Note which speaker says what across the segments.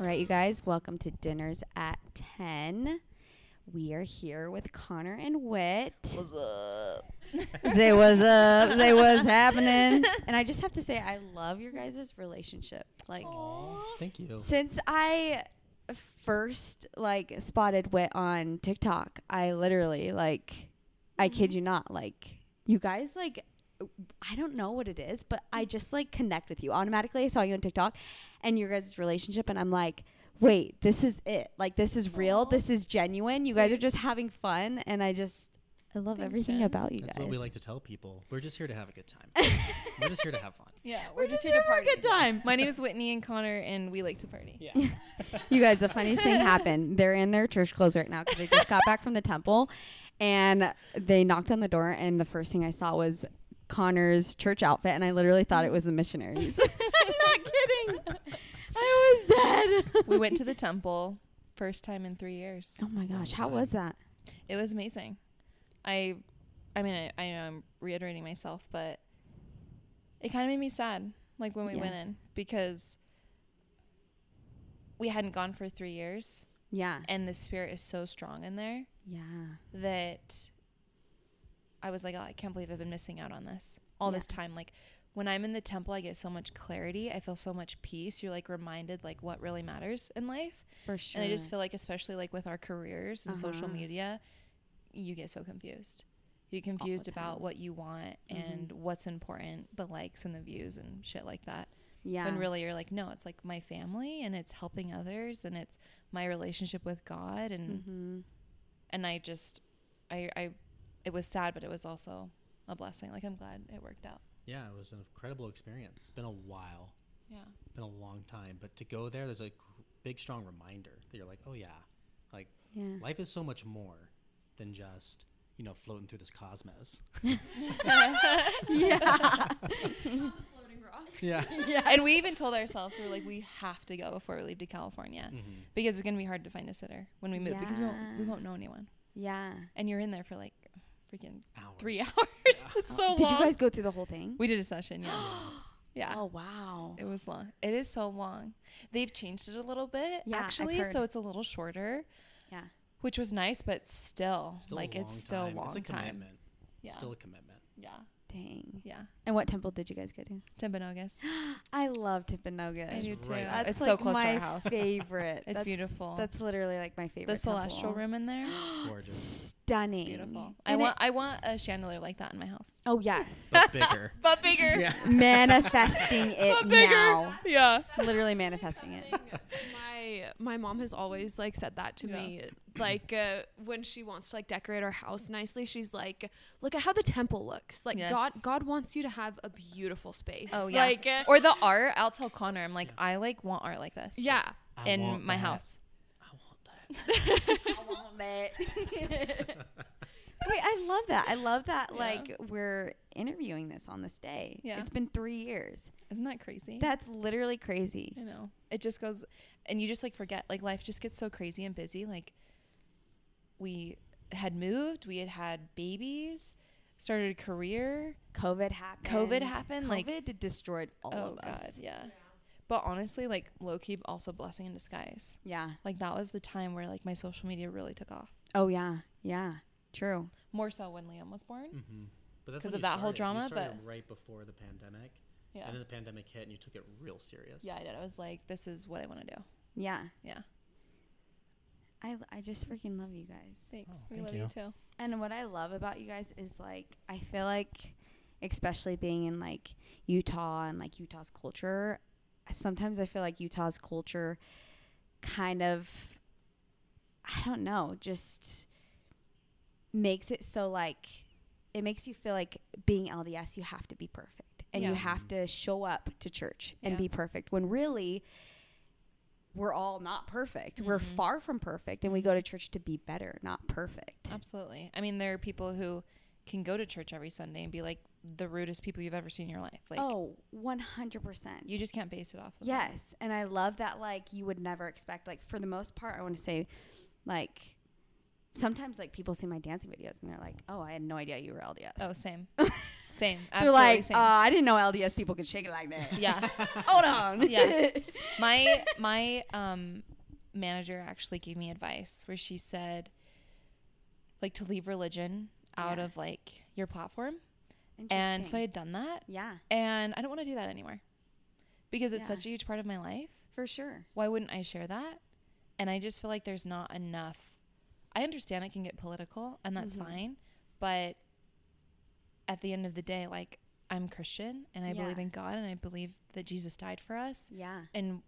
Speaker 1: All right, you guys, welcome to Dinners at 10. We are here with Connor and Wit.
Speaker 2: What's up?
Speaker 1: Say what's up. Say what's happening. And I just have to say, I love your guys' relationship. Like,
Speaker 3: Thank you.
Speaker 1: since I first like spotted Wit on TikTok, I literally like, I kid you not, like you guys like, I don't know what it is, but I just like connect with you automatically. I saw you on TikTok, and your guys' relationship, and I'm like. Wait, this is it. Like this is real.
Speaker 2: Aw.
Speaker 1: This is genuine. You guys are
Speaker 2: Sweet.
Speaker 1: just having fun and I just I love
Speaker 2: Thanks,
Speaker 1: everything
Speaker 2: Jen.
Speaker 1: about you
Speaker 3: That's
Speaker 1: guys.
Speaker 3: what we like to tell people. We're just here to have a good time. We're just here to have fun.
Speaker 2: Yeah,
Speaker 1: We're just here to have a good time.
Speaker 2: My name is Whitney and Connor, and we like to party.
Speaker 3: Yeah.
Speaker 1: You guys, the funniest thing happened. They're in their church clothes right now because they just got back from the temple, and they knocked on the door. And the first thing I saw was Connor's church outfit, and I literally thought it was the missionaries. I'm not kidding. I was dead.
Speaker 2: We went to the temple, first time in three years.
Speaker 1: Oh my gosh, how was that?
Speaker 2: It was amazing. I, I mean, I, I know I'm reiterating myself, but it kind of made me sad, like when we
Speaker 1: Yeah.
Speaker 2: went in, because we hadn't gone for three years,
Speaker 1: Yeah,
Speaker 2: and the spirit is so strong in there
Speaker 1: yeah,
Speaker 2: that I was like, oh, I can't believe I've been missing out on this all
Speaker 1: Yeah.
Speaker 2: this time. Like when I'm in the temple, I get so much clarity. I feel so much peace. You're like reminded like what really matters in life.
Speaker 1: for sure.
Speaker 2: And I just feel like, especially like with our careers and social
Speaker 1: Uh-huh.
Speaker 2: media, you get so confused. You get
Speaker 1: the
Speaker 2: confused
Speaker 1: time.
Speaker 2: about what you want
Speaker 1: Mhm.
Speaker 2: and what's important, the likes and the views and shit like that.
Speaker 1: yeah,
Speaker 2: When really you're like, no, it's like my family and it's helping others and it's my relationship with God and
Speaker 1: hmm
Speaker 2: and I just I I it was sad but it was also a blessing. Like I'm glad it worked out.
Speaker 3: Yeah, it was an incredible experience. It's been a while,
Speaker 2: Yeah.
Speaker 3: been a long time, but to go there, there's a gr- big, strong reminder that you're like, oh yeah, like
Speaker 1: yeah.
Speaker 3: life is so much more than just you know floating through this cosmos.
Speaker 1: yeah,
Speaker 3: Yeah.
Speaker 1: yeah,
Speaker 2: And we even told ourselves we were like we have to go before we leave to California
Speaker 3: Mhm.
Speaker 2: because it's going to be hard to find a sitter when we move because we won't, we
Speaker 1: Yeah.
Speaker 2: won't know anyone.
Speaker 1: yeah.
Speaker 2: And you're in there for like freaking
Speaker 3: Hours.
Speaker 2: 3 hours.
Speaker 1: Oh,
Speaker 2: it's so
Speaker 1: Did
Speaker 2: long.
Speaker 1: you guys go through the whole thing?
Speaker 2: we did a session, yeah. yeah.
Speaker 1: Oh wow.
Speaker 2: It was long. It is so long. They've changed it a little bit
Speaker 1: Yeah, I've
Speaker 2: actually, so
Speaker 1: heard.
Speaker 2: it's a little shorter,
Speaker 1: Yeah.
Speaker 2: which was nice, but still,
Speaker 3: Still a
Speaker 2: like
Speaker 3: long
Speaker 2: it's still
Speaker 3: time.
Speaker 2: long
Speaker 3: It's a
Speaker 2: time.
Speaker 3: commitment.
Speaker 2: Yeah.
Speaker 3: Still a commitment.
Speaker 2: yeah.
Speaker 1: Dang.
Speaker 2: Yeah.
Speaker 1: And what temple did you guys go to?
Speaker 2: Timbanagas.
Speaker 1: I love Tippinogus.
Speaker 2: I do
Speaker 3: It's
Speaker 2: too.
Speaker 3: right
Speaker 1: That's
Speaker 2: it's
Speaker 1: like
Speaker 2: so close
Speaker 1: my
Speaker 2: to our house.
Speaker 1: favorite.
Speaker 2: It's
Speaker 1: That's-
Speaker 2: beautiful.
Speaker 1: That's literally like my favorite.
Speaker 2: the celestial
Speaker 1: temple.
Speaker 2: room in there.
Speaker 3: Gorgeous.
Speaker 1: Stunning.
Speaker 2: It's beautiful. I
Speaker 1: And it-
Speaker 2: want I want a chandelier like that in my house.
Speaker 1: oh yes.
Speaker 3: but bigger.
Speaker 2: But bigger.
Speaker 3: Yeah.
Speaker 1: manifesting it now.
Speaker 2: Yeah.
Speaker 1: Literally manifesting it.
Speaker 4: my my mom has always like said that to
Speaker 2: Yeah.
Speaker 4: me like uh, when she wants to like decorate our house nicely she's like look at how the temple looks like god
Speaker 2: Yes.
Speaker 4: god wants you to have a beautiful space
Speaker 2: Oh yeah.
Speaker 4: like uh,
Speaker 2: or the art, I'll tell Connor, I'm like, I like want art like this.
Speaker 4: yeah
Speaker 3: I want
Speaker 2: In my
Speaker 3: that.
Speaker 2: house.
Speaker 3: I want that.
Speaker 1: Wait, I love that. I love that.
Speaker 2: Yeah.
Speaker 1: Like we're interviewing this on this day.
Speaker 2: Yeah.
Speaker 1: It's been three years.
Speaker 2: Isn't that crazy?
Speaker 1: That's literally crazy.
Speaker 2: I know. It just goes and you just like forget like life just gets so crazy and busy. Like we had moved, we had had babies, started a career.
Speaker 1: COVID happened.
Speaker 2: COVID happened,
Speaker 1: COVID
Speaker 2: like-
Speaker 1: destroyed all
Speaker 2: oh
Speaker 1: of
Speaker 2: god,
Speaker 1: us.
Speaker 2: yeah. But honestly, like low key also blessing in disguise.
Speaker 1: Yeah.
Speaker 2: like that was the time where like my social media really took off
Speaker 1: Oh yeah. Yeah. True.
Speaker 2: more so when liam was born
Speaker 3: Mm-hmm. But that's
Speaker 2: 'Cause
Speaker 3: when
Speaker 2: of
Speaker 3: you
Speaker 2: that whole
Speaker 3: started.
Speaker 2: drama,
Speaker 3: You started
Speaker 2: but-
Speaker 3: right before the pandemic,
Speaker 2: yeah
Speaker 3: and then the pandemic hit, and you took it real serious.
Speaker 2: yeah i did i was like this is what i want to do
Speaker 1: Yeah.
Speaker 2: yeah
Speaker 1: I, I just freaking love you guys.
Speaker 2: thanks
Speaker 3: Oh, We thank love you you.
Speaker 2: too
Speaker 1: And what I love about you guys is like I feel like especially being in like Utah and like Utah's culture, sometimes I feel like Utah's culture kind of I don't know, just makes it so like it makes you feel like being LDS you have to be perfect and you
Speaker 2: Yeah.
Speaker 1: have to show up to church and
Speaker 2: Yeah.
Speaker 1: be perfect when really we're all not perfect. We're
Speaker 2: Mhm.
Speaker 1: far from perfect and we go to church to be better, not perfect.
Speaker 2: absolutely i mean there are people who can go to church every sunday and be like the rudest people you've ever seen in your life like
Speaker 1: oh, 100%.
Speaker 2: you just can't base it off of that.
Speaker 1: yes. And I love that, like, you would never expect, like, for the most part, I want to say, like, sometimes like people see my dancing videos and they're like, "Oh, I had no idea you were LDS."
Speaker 2: Oh, same. same.
Speaker 1: they're
Speaker 2: Absolutely
Speaker 1: like,
Speaker 2: same.
Speaker 1: "Uh, I didn't know LDS people could shake it like that."
Speaker 2: yeah.
Speaker 1: Hold on.
Speaker 2: Yeah. my my um manager actually gave me advice where she said like to leave religion out
Speaker 1: Yeah.
Speaker 2: of like your platform.
Speaker 1: Interesting.
Speaker 2: And so I had done that
Speaker 1: yeah,
Speaker 2: and I don't want to do that anymore. Because it's
Speaker 1: Yeah.
Speaker 2: such a huge part of my life.
Speaker 1: for sure.
Speaker 2: Why wouldn't I share that? And I just feel like there's not enough. I understand it can get political and that's
Speaker 1: Mhm.
Speaker 2: fine, but at the end of the day like I'm Christian and I believe
Speaker 1: Yeah.
Speaker 2: in God and I believe that Jesus died for us
Speaker 1: Yeah,
Speaker 2: and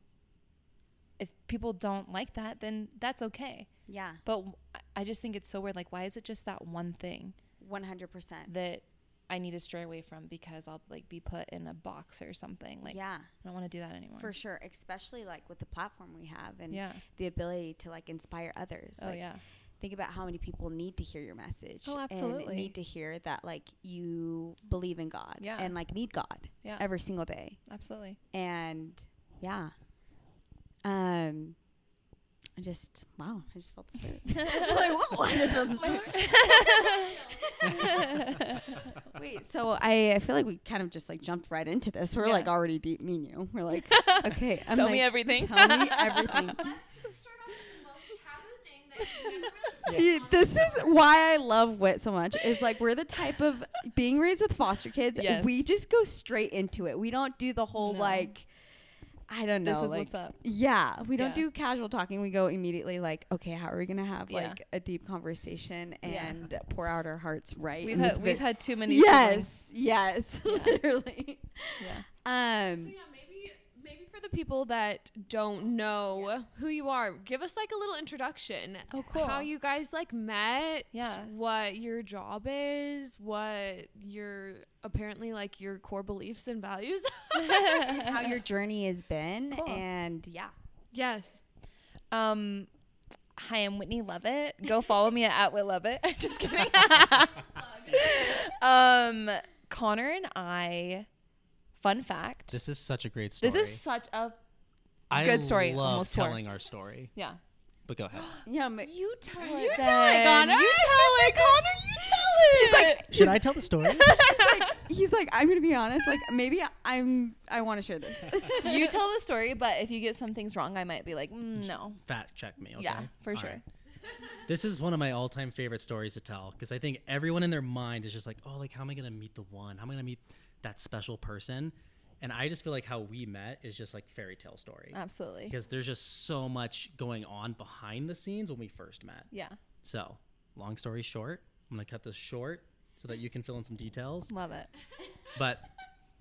Speaker 2: if people don't like that then that's okay
Speaker 1: yeah,
Speaker 2: but w- I- i just think it's so weird like why is it just that one thing
Speaker 1: one hundred percent.
Speaker 2: that i need to stray away from because i'll like be put in a box or something like
Speaker 1: Yeah,
Speaker 2: i don't want to do that anymore
Speaker 1: for sure. Especially like with the platform we have and
Speaker 2: yeah
Speaker 1: the ability to like inspire others.
Speaker 2: oh
Speaker 1: like,
Speaker 2: yeah
Speaker 1: think about how many people need to hear your message.
Speaker 2: Oh, absolutely.
Speaker 1: And need to hear that like you believe in God.
Speaker 2: Yeah.
Speaker 1: And like need God.
Speaker 2: Yeah.
Speaker 1: Every single day.
Speaker 2: absolutely
Speaker 1: And yeah. Um. I just wow! I just felt the spirit. like whoa! I just felt the spirit. Wait, so I, I feel like we kind of just like jumped right into this. We're
Speaker 2: Yeah.
Speaker 1: like already deep. Me and you. We're like okay. I'm
Speaker 2: Tell
Speaker 1: like,
Speaker 2: me everything.
Speaker 1: Tell me everything.
Speaker 4: start off with the most taboo thing that you've never really
Speaker 1: See,
Speaker 4: seen on
Speaker 1: this is
Speaker 4: film.
Speaker 1: why I love Wit so much. Is like we're the type of being raised with foster kids.
Speaker 2: Yes.
Speaker 1: We just go straight into it. We don't do the whole
Speaker 2: No.
Speaker 1: like, I don't know.
Speaker 2: this is
Speaker 1: like,
Speaker 2: what's up
Speaker 1: Yeah, we don't
Speaker 2: Yeah.
Speaker 1: do casual talking. We go immediately like, okay, how are we gonna have
Speaker 2: Yeah.
Speaker 1: like a deep conversation
Speaker 2: Yeah.
Speaker 1: and pour out our hearts right?
Speaker 2: we've
Speaker 1: in this
Speaker 2: had, we've
Speaker 1: bit-
Speaker 2: had too many siblings.
Speaker 1: yes, yes, literally.
Speaker 2: yeah
Speaker 4: So
Speaker 1: Um,
Speaker 4: yeah, maybe maybe for the people that don't know who you are, give us like a little introduction.
Speaker 2: Oh, cool.
Speaker 4: How you guys like met?
Speaker 2: Yeah.
Speaker 4: What your job is? What your apparently like your core beliefs and values?
Speaker 1: how your journey has been,
Speaker 2: Cool.
Speaker 1: and yeah,
Speaker 4: yes.
Speaker 2: um hi i'm whitney lovett go follow me at whit lovett i'm just kidding um connor and i fun fact
Speaker 3: This is such a great story.
Speaker 2: This is such a
Speaker 3: I
Speaker 2: good story.
Speaker 3: Love
Speaker 2: Almost swore.
Speaker 3: telling our story,
Speaker 2: yeah.
Speaker 3: but go ahead.
Speaker 1: yeah. ma-
Speaker 2: You tell it.
Speaker 1: You tell it,
Speaker 2: then.
Speaker 1: Connor.
Speaker 2: You tell it, Connor. You tell it.
Speaker 1: He's like,
Speaker 3: Should I tell the story?
Speaker 1: he's like, he's like, I'm gonna be honest. Like, maybe I'm, I want to share this.
Speaker 2: you tell the story, but if you get some things wrong, I might be like, mm, no.
Speaker 3: Fact check me. Okay?
Speaker 2: Yeah, for
Speaker 3: All
Speaker 2: sure.
Speaker 3: This is one of my all-time favorite stories to tell because I think everyone in their mind is just like, oh, like how am I gonna meet the one? How am I gonna meet that special person? And I just feel like how we met is just like fairy tale story
Speaker 2: Absolutely.
Speaker 3: because there's just so much going on behind the scenes when we first met.
Speaker 2: Yeah.
Speaker 3: So, long story short, I'm gonna cut this short so that you can fill in some details.
Speaker 2: Love it.
Speaker 3: But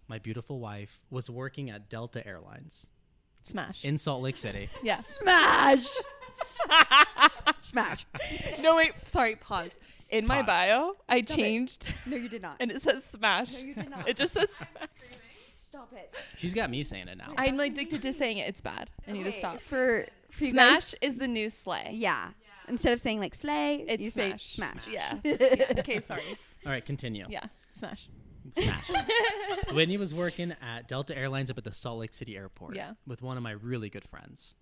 Speaker 3: my beautiful wife was working at Delta Airlines
Speaker 2: Smash.
Speaker 3: in Salt Lake City.
Speaker 2: yeah.
Speaker 1: Smash, smash.
Speaker 2: no, wait. Sorry. Pause. In my
Speaker 3: Pause.
Speaker 2: bio, I
Speaker 1: it.
Speaker 2: changed
Speaker 1: No, you did not.
Speaker 2: and it says smash.
Speaker 1: No, you did not.
Speaker 2: It just says smash.
Speaker 1: Stop it.
Speaker 3: She's got me saying it now.
Speaker 2: I'm addicted to saying it. It's bad. I need to
Speaker 1: Okay,
Speaker 2: stop.
Speaker 1: for, for you
Speaker 2: Smash
Speaker 1: guys-
Speaker 2: is the new sleigh.
Speaker 1: yeah. Instead of saying like slay,
Speaker 2: It's
Speaker 1: you
Speaker 2: smash.
Speaker 1: say smash.
Speaker 2: Yeah. yeah. Okay, sorry.
Speaker 3: All right, continue.
Speaker 2: Yeah. Smash.
Speaker 3: Smash. Whitney was working at Delta Airlines up at the Salt Lake City airport
Speaker 2: Yeah.
Speaker 3: with one of my really good friends.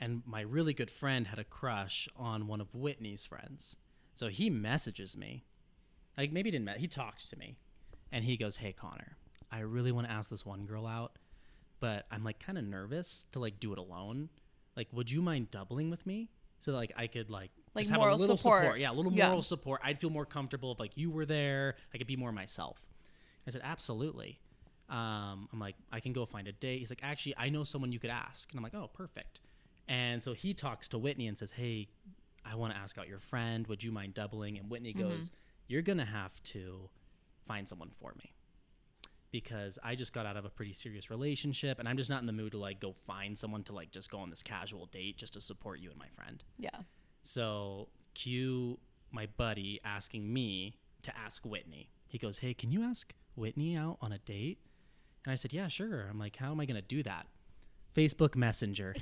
Speaker 3: And my really good friend had a crush on one of Whitney's friends. So he messages me. Like maybe he didn't met he talked to me. And he goes, Hey Connor, I really want to ask this one girl out, but I'm like kinda nervous to like do it alone. Like, would you mind doubling with me? So that, like I could like
Speaker 2: Like,
Speaker 3: just have
Speaker 2: moral
Speaker 3: a little
Speaker 2: support.
Speaker 3: support. Yeah, a little
Speaker 2: Yeah.
Speaker 3: moral support. I'd feel more comfortable if like you were there. I could be more myself. I said, absolutely. Um, I'm like, I can go find a date. He's like, actually, I know someone you could ask. And I'm like, oh, perfect. And so he talks to Whitney and says, hey, I want to ask out your friend. Would you mind doubling? And Whitney goes, you're going to have to find someone for me because I just got out of a pretty serious relationship and I'm just not in the mood to like go find someone to like just go on this casual date just to support you and my friend.
Speaker 2: Yeah.
Speaker 3: So cue my buddy asking me to ask Whitney. He goes, Hey, can you ask Whitney out on a date? And I said, Yeah, sure. I'm like, How am I going to do that? Facebook Messenger.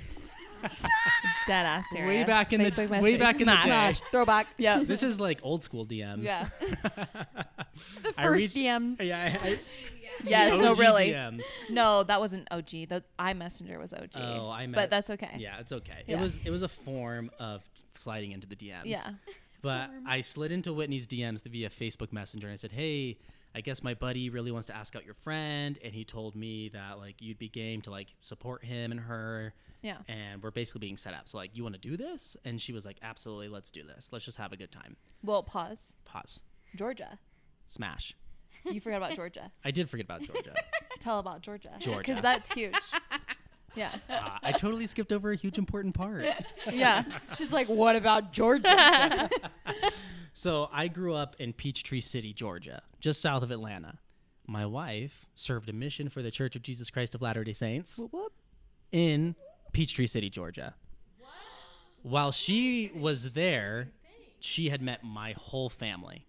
Speaker 2: Dead ass serious.
Speaker 3: Way back in the-
Speaker 2: Facebook
Speaker 3: way
Speaker 2: messaging.
Speaker 3: back in the
Speaker 2: Smash.
Speaker 3: day.
Speaker 1: Smash. Throwback.
Speaker 2: Yeah.
Speaker 3: this is like old school DMs.
Speaker 2: Yeah.
Speaker 3: the
Speaker 1: First DMs.
Speaker 3: Yeah. I- I-
Speaker 2: Yes.
Speaker 3: the
Speaker 2: no.
Speaker 3: OG
Speaker 2: Really.
Speaker 3: DMs.
Speaker 2: No, that wasn't OG. The iMessenger was OG.
Speaker 3: Oh, I
Speaker 2: But
Speaker 3: meant-
Speaker 2: that's okay.
Speaker 3: Yeah, it's okay.
Speaker 2: Yeah.
Speaker 3: It was it was a form of sliding into the DMs.
Speaker 2: Yeah.
Speaker 3: But I slid into Whitney's DMs via Facebook Messenger and I said, "Hey, I guess my buddy really wants to ask out your friend, and he told me that like you'd be game to like support him and her,
Speaker 2: Yeah.
Speaker 3: and we're basically being set up. So like, you want to do this?" And she was like, "Absolutely, let's do this. Let's just have a good time."
Speaker 2: Well, pause.
Speaker 3: Pause.
Speaker 2: Georgia.
Speaker 3: Smash.
Speaker 2: You forgot about Georgia.
Speaker 3: I did forget about Georgia.
Speaker 2: Tell about Georgia.
Speaker 3: Georgia.
Speaker 2: Because that's huge. Yeah.
Speaker 3: Uh, I totally skipped over a huge important part.
Speaker 2: Yeah.
Speaker 1: She's like, what about Georgia?
Speaker 3: So I grew up in Peachtree City, Georgia, just south of Atlanta. My wife served a mission for the Church of Jesus Christ of Latter day Saints in Peachtree City, Georgia. While she was there, she had met my whole family.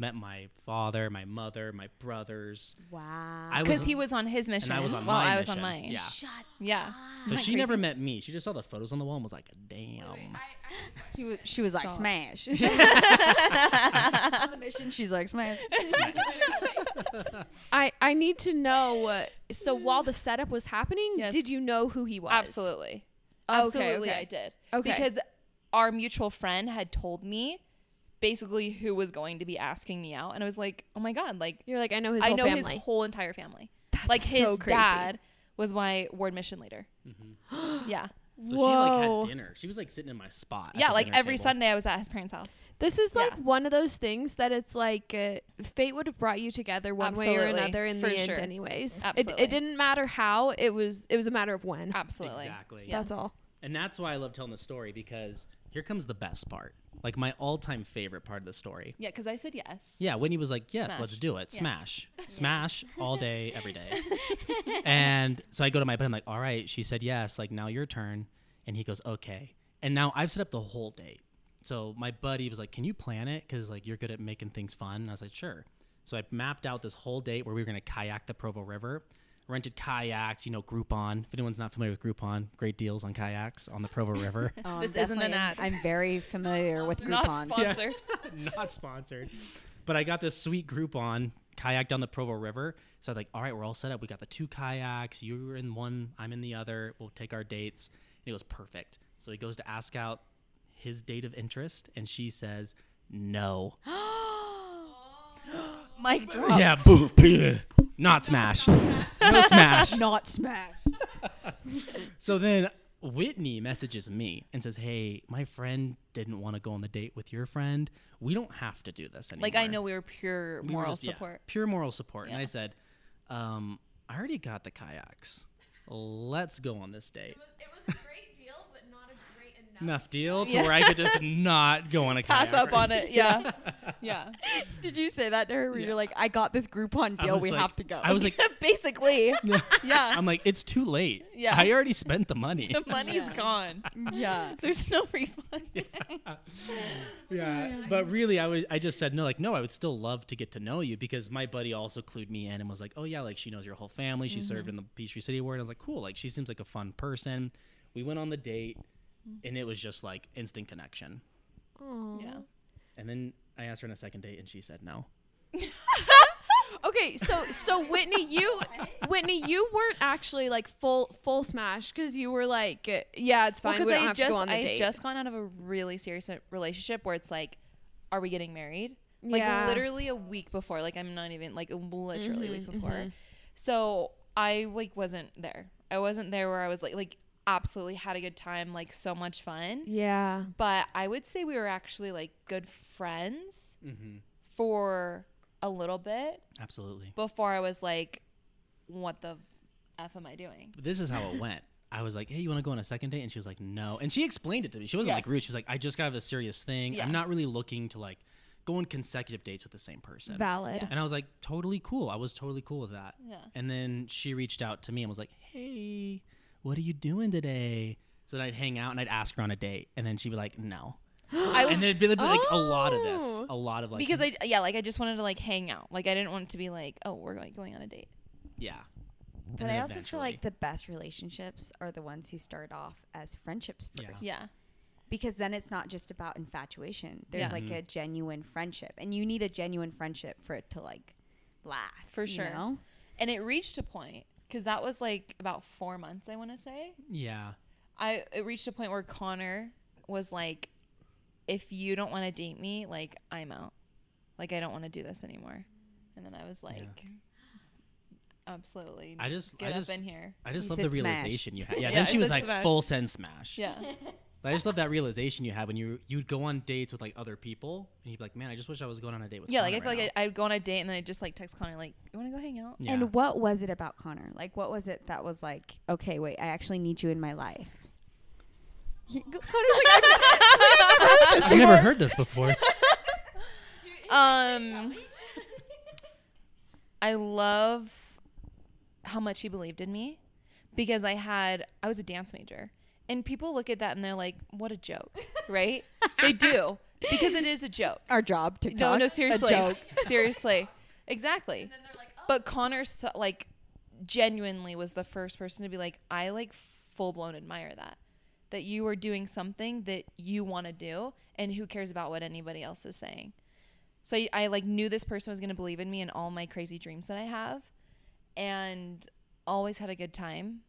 Speaker 3: Met my father, my mother, my brothers.
Speaker 1: wow.
Speaker 3: I
Speaker 2: Because he was on his mission.
Speaker 3: and I was on
Speaker 2: while
Speaker 3: my
Speaker 2: I was on
Speaker 3: mission.
Speaker 2: mine.
Speaker 3: Yeah.
Speaker 2: Yeah.
Speaker 3: So
Speaker 2: Isn't that
Speaker 3: she never
Speaker 2: crazy?
Speaker 3: met me. She just saw the photos on the wall and was like, "Damn."
Speaker 1: He was, she was like,
Speaker 2: Stop.
Speaker 1: smash. On the mission, she's like, smash.
Speaker 4: I, I need to know. Uh, so while the setup was happening,
Speaker 2: Yes.
Speaker 4: did you know who he was?
Speaker 2: Absolutely. Absolutely,
Speaker 4: okay.
Speaker 2: I did.
Speaker 4: Okay.
Speaker 2: Because our mutual friend had told me basically who was going to be asking me out. And I was like, oh my God, like,
Speaker 4: You're like, I know his
Speaker 2: I
Speaker 4: whole
Speaker 2: know
Speaker 4: family.
Speaker 2: his whole entire family. like, his
Speaker 4: so crazy.
Speaker 2: dad was my ward mission leader.
Speaker 3: Mm-hmm.
Speaker 2: yeah.
Speaker 3: So she like
Speaker 4: Whoa.
Speaker 3: had dinner. She was like sitting in my spot. at
Speaker 2: Yeah.
Speaker 3: the
Speaker 2: Like,
Speaker 3: dinner
Speaker 2: every
Speaker 3: table.
Speaker 2: Sunday I was at his parents' house.
Speaker 4: This is like
Speaker 2: Yeah.
Speaker 4: one of those things that it's like uh, fate would have brought you together one way or
Speaker 2: Absolutely.
Speaker 4: another in
Speaker 2: For
Speaker 4: the
Speaker 2: sure.
Speaker 4: end, anyways. It,
Speaker 2: Absolutely.
Speaker 4: it didn't matter how. It was it was a matter of when.
Speaker 2: Absolutely.
Speaker 3: Exactly.
Speaker 2: Yeah.
Speaker 4: That's all.
Speaker 3: And that's why I love telling the story because here comes the best part. Like my all-time favorite part of the story.
Speaker 2: Yeah. Because I said yes.
Speaker 3: Yeah, Whitney was like, "Yes,
Speaker 2: Smash.
Speaker 3: let's do it.
Speaker 2: Yeah.
Speaker 3: Smash, smash all day, every day." and so I go to my bed. I'm like, "All right." She said yes. Like now your turn. And he goes, "Okay." And now I've set up the whole date. So my buddy was like, "Can you plan it? Because like you're good at making things fun." And I was like, "Sure." So I mapped out this whole date where we were going to kayak the Provo River. Rented kayaks, you know, Groupon. If anyone's not familiar with Groupon, great deals on kayaks on the Provo River.
Speaker 1: Oh,
Speaker 2: This isn't an
Speaker 1: definitely-
Speaker 2: ad.
Speaker 1: I'm very familiar with
Speaker 2: Not
Speaker 1: Groupon.
Speaker 2: sponsored.
Speaker 3: not sponsored. But I got this sweet Groupon kayak down the Provo River. So I was like, all right, we're all set up. We got the two kayaks. You're in one, I'm in the other. We'll take our dates. And he goes, perfect. So he goes to ask out his date of interest, and she says, no.
Speaker 2: Mic drop.
Speaker 3: Yeah, boo, bleh. not smash. no smash.
Speaker 1: Not smash.
Speaker 3: So then Whitney messages me and says, hey, my friend didn't want to go on the date with your friend. We don't have to do this anymore.
Speaker 2: Like I know we were pure
Speaker 3: We were
Speaker 2: moral
Speaker 3: just- yeah,
Speaker 2: support.
Speaker 3: pure moral support. And I
Speaker 2: Yeah.
Speaker 3: said, um, I already got the kayaks. Let's go on this date.
Speaker 4: It was a great deal, but not a great
Speaker 3: Enough deal to where I could just not go on a
Speaker 2: Pass
Speaker 3: kayak
Speaker 2: up on it. Yeah. yeah.
Speaker 1: Did you say that to her? Where
Speaker 3: Yeah.
Speaker 1: you're like, I got this Groupon
Speaker 3: I
Speaker 1: deal.
Speaker 3: was
Speaker 1: We
Speaker 3: like-
Speaker 1: have to go.
Speaker 3: I was like,
Speaker 2: Basically. yeah.
Speaker 3: I'm like, it's too late.
Speaker 2: Yeah.
Speaker 3: I already spent the money.
Speaker 2: The money's
Speaker 1: Yeah.
Speaker 2: gone.
Speaker 1: yeah.
Speaker 3: "Mm."
Speaker 2: There's no refunds.
Speaker 3: yeah. But really, I was, I just said no. Like, no, I would still love to get to know you because my buddy also clued me in and was like, oh yeah, like she knows your whole family. She served in the Peachtree City Award. I was like, cool. Like she seems like a fun person. We went on the date, and it was just like instant connection.
Speaker 2: Yeah.
Speaker 3: And then I asked her on a second date, and she said no.
Speaker 4: Okay, so so Whitney, you Whitney, you weren't actually like full full smash because you were like, uh, yeah, it's fine.
Speaker 2: Because
Speaker 4: we don't
Speaker 2: I had
Speaker 4: have
Speaker 2: just
Speaker 4: to go on the
Speaker 2: I had
Speaker 4: date.
Speaker 2: just gone out of a really serious relationship where it's like, are we getting married? Like
Speaker 4: Yeah.
Speaker 2: literally a week before. Like I'm not even like literally a
Speaker 4: Mm-hmm,
Speaker 2: week before. So I like wasn't there. I wasn't there where I was like like absolutely had a good time, like so much fun.
Speaker 4: yeah.
Speaker 2: But I would say we were actually like good friends for a little bit
Speaker 3: Absolutely.
Speaker 2: before I was like, what the f am I doing?
Speaker 3: But this is how it went. I was like, "Hey, you want to go on a second date?" And she was like, "No." And she explained it to me. She wasn't like
Speaker 2: Yes.
Speaker 3: rude. She was like, "I just got out of a serious thing.
Speaker 2: Yeah.
Speaker 3: I'm not really looking to like go on consecutive dates with the same person."
Speaker 4: Valid.
Speaker 3: and I was like, "Totally cool." I was totally cool with that.
Speaker 2: Yeah.
Speaker 3: And then she reached out to me and was like, "Hey, what are you doing today?" So then I'd hang out and I'd ask her on a date, and then she'd be like, "No."
Speaker 2: I
Speaker 3: And
Speaker 2: would,
Speaker 3: then it'd be like, a lot of this,
Speaker 4: Oh.
Speaker 3: a lot of like
Speaker 2: because I yeah, like I just wanted to like hang out. Like I didn't want it to be like, oh, we're going going on a date.
Speaker 3: yeah. And
Speaker 1: But
Speaker 3: then
Speaker 1: I also feel
Speaker 3: eventually-
Speaker 1: like the best relationships are the ones who start off as friendships
Speaker 3: Yeah.
Speaker 1: first.
Speaker 2: Yeah.
Speaker 1: Because then it's not just about infatuation. There's
Speaker 2: Yeah. Mm-hmm.
Speaker 1: like
Speaker 3: Mhm.
Speaker 1: a genuine friendship, and you need a genuine friendship for it to like last.
Speaker 2: For
Speaker 1: you
Speaker 2: sure.
Speaker 1: know?
Speaker 2: And it reached a point because that was like about four months. I want to say
Speaker 3: yeah.
Speaker 2: I it reached a point where Connor was like, if you don't want to date me, like I'm out. Like I don't want to do this anymore. And then I was like, absolutely.
Speaker 3: I just,
Speaker 2: get
Speaker 3: I
Speaker 2: up
Speaker 3: just,
Speaker 2: in here.
Speaker 3: I just
Speaker 1: You
Speaker 3: love
Speaker 1: said
Speaker 3: the
Speaker 1: smash.
Speaker 3: realization you had. Yeah,
Speaker 2: Yeah,
Speaker 3: then
Speaker 2: I
Speaker 3: she was
Speaker 2: said
Speaker 3: like
Speaker 2: smash.
Speaker 3: full send smash.
Speaker 2: Yeah.
Speaker 3: But I just love that realization you had when you you'd go on dates with like other people and you'd be like, man, I just wish I was going on a date with.
Speaker 2: yeah. Like I
Speaker 3: Connor
Speaker 2: feel
Speaker 3: right
Speaker 2: like I, I'd go on a date and then I would just like text Connor like, you want to go hang out?
Speaker 3: now." yeah.
Speaker 1: And what was it about Connor? Like, what was it that was like, okay, wait, I actually need you in my life? He- Connor's like,
Speaker 3: I never heard this before.
Speaker 2: Um, I love how much he believed in me because I had I was a dance major, and people look at that and they're like, "What a joke!" Right? they do because it is a joke.
Speaker 1: our job, TikTok.
Speaker 2: No, no,
Speaker 1: a
Speaker 2: seriously,
Speaker 1: joke.
Speaker 2: seriously, exactly. But Connor, so, like, genuinely was the first person to be like, "I like full blown admire that." That you are doing something that you want to do, and who cares about what anybody else is saying? so I, I like knew this person was going to believe in me and all my crazy dreams that i have and always had a good time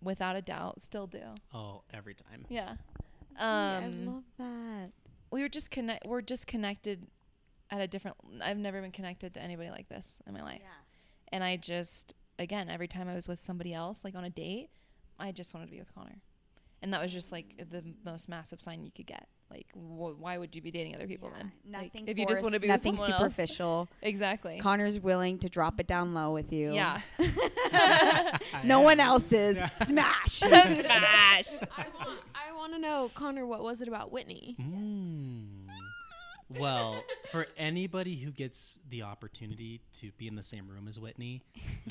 Speaker 2: without a doubt still do
Speaker 3: Oh, every time.
Speaker 2: yeah
Speaker 1: I
Speaker 2: um
Speaker 1: love that.
Speaker 2: we were just connect we're just connected at a different i've never been connected to anybody like this in my life and i just again every time i was with somebody else like on a date i just wanted to be with connor and that was just like the most massive sign you could get like wh- why would you be dating other people then Like,
Speaker 1: Nothing
Speaker 2: if you just want to be
Speaker 1: nothing
Speaker 2: with someone else
Speaker 1: superficial.
Speaker 2: exactly
Speaker 1: Connor's willing to drop it down low with you.
Speaker 2: yeah
Speaker 1: No one else is. Smash.
Speaker 2: Smash.
Speaker 4: I want, I want to know, Connor, what was it about Whitney?
Speaker 3: Mm. Well, for anybody who gets the opportunity to be in the same room as Whitney,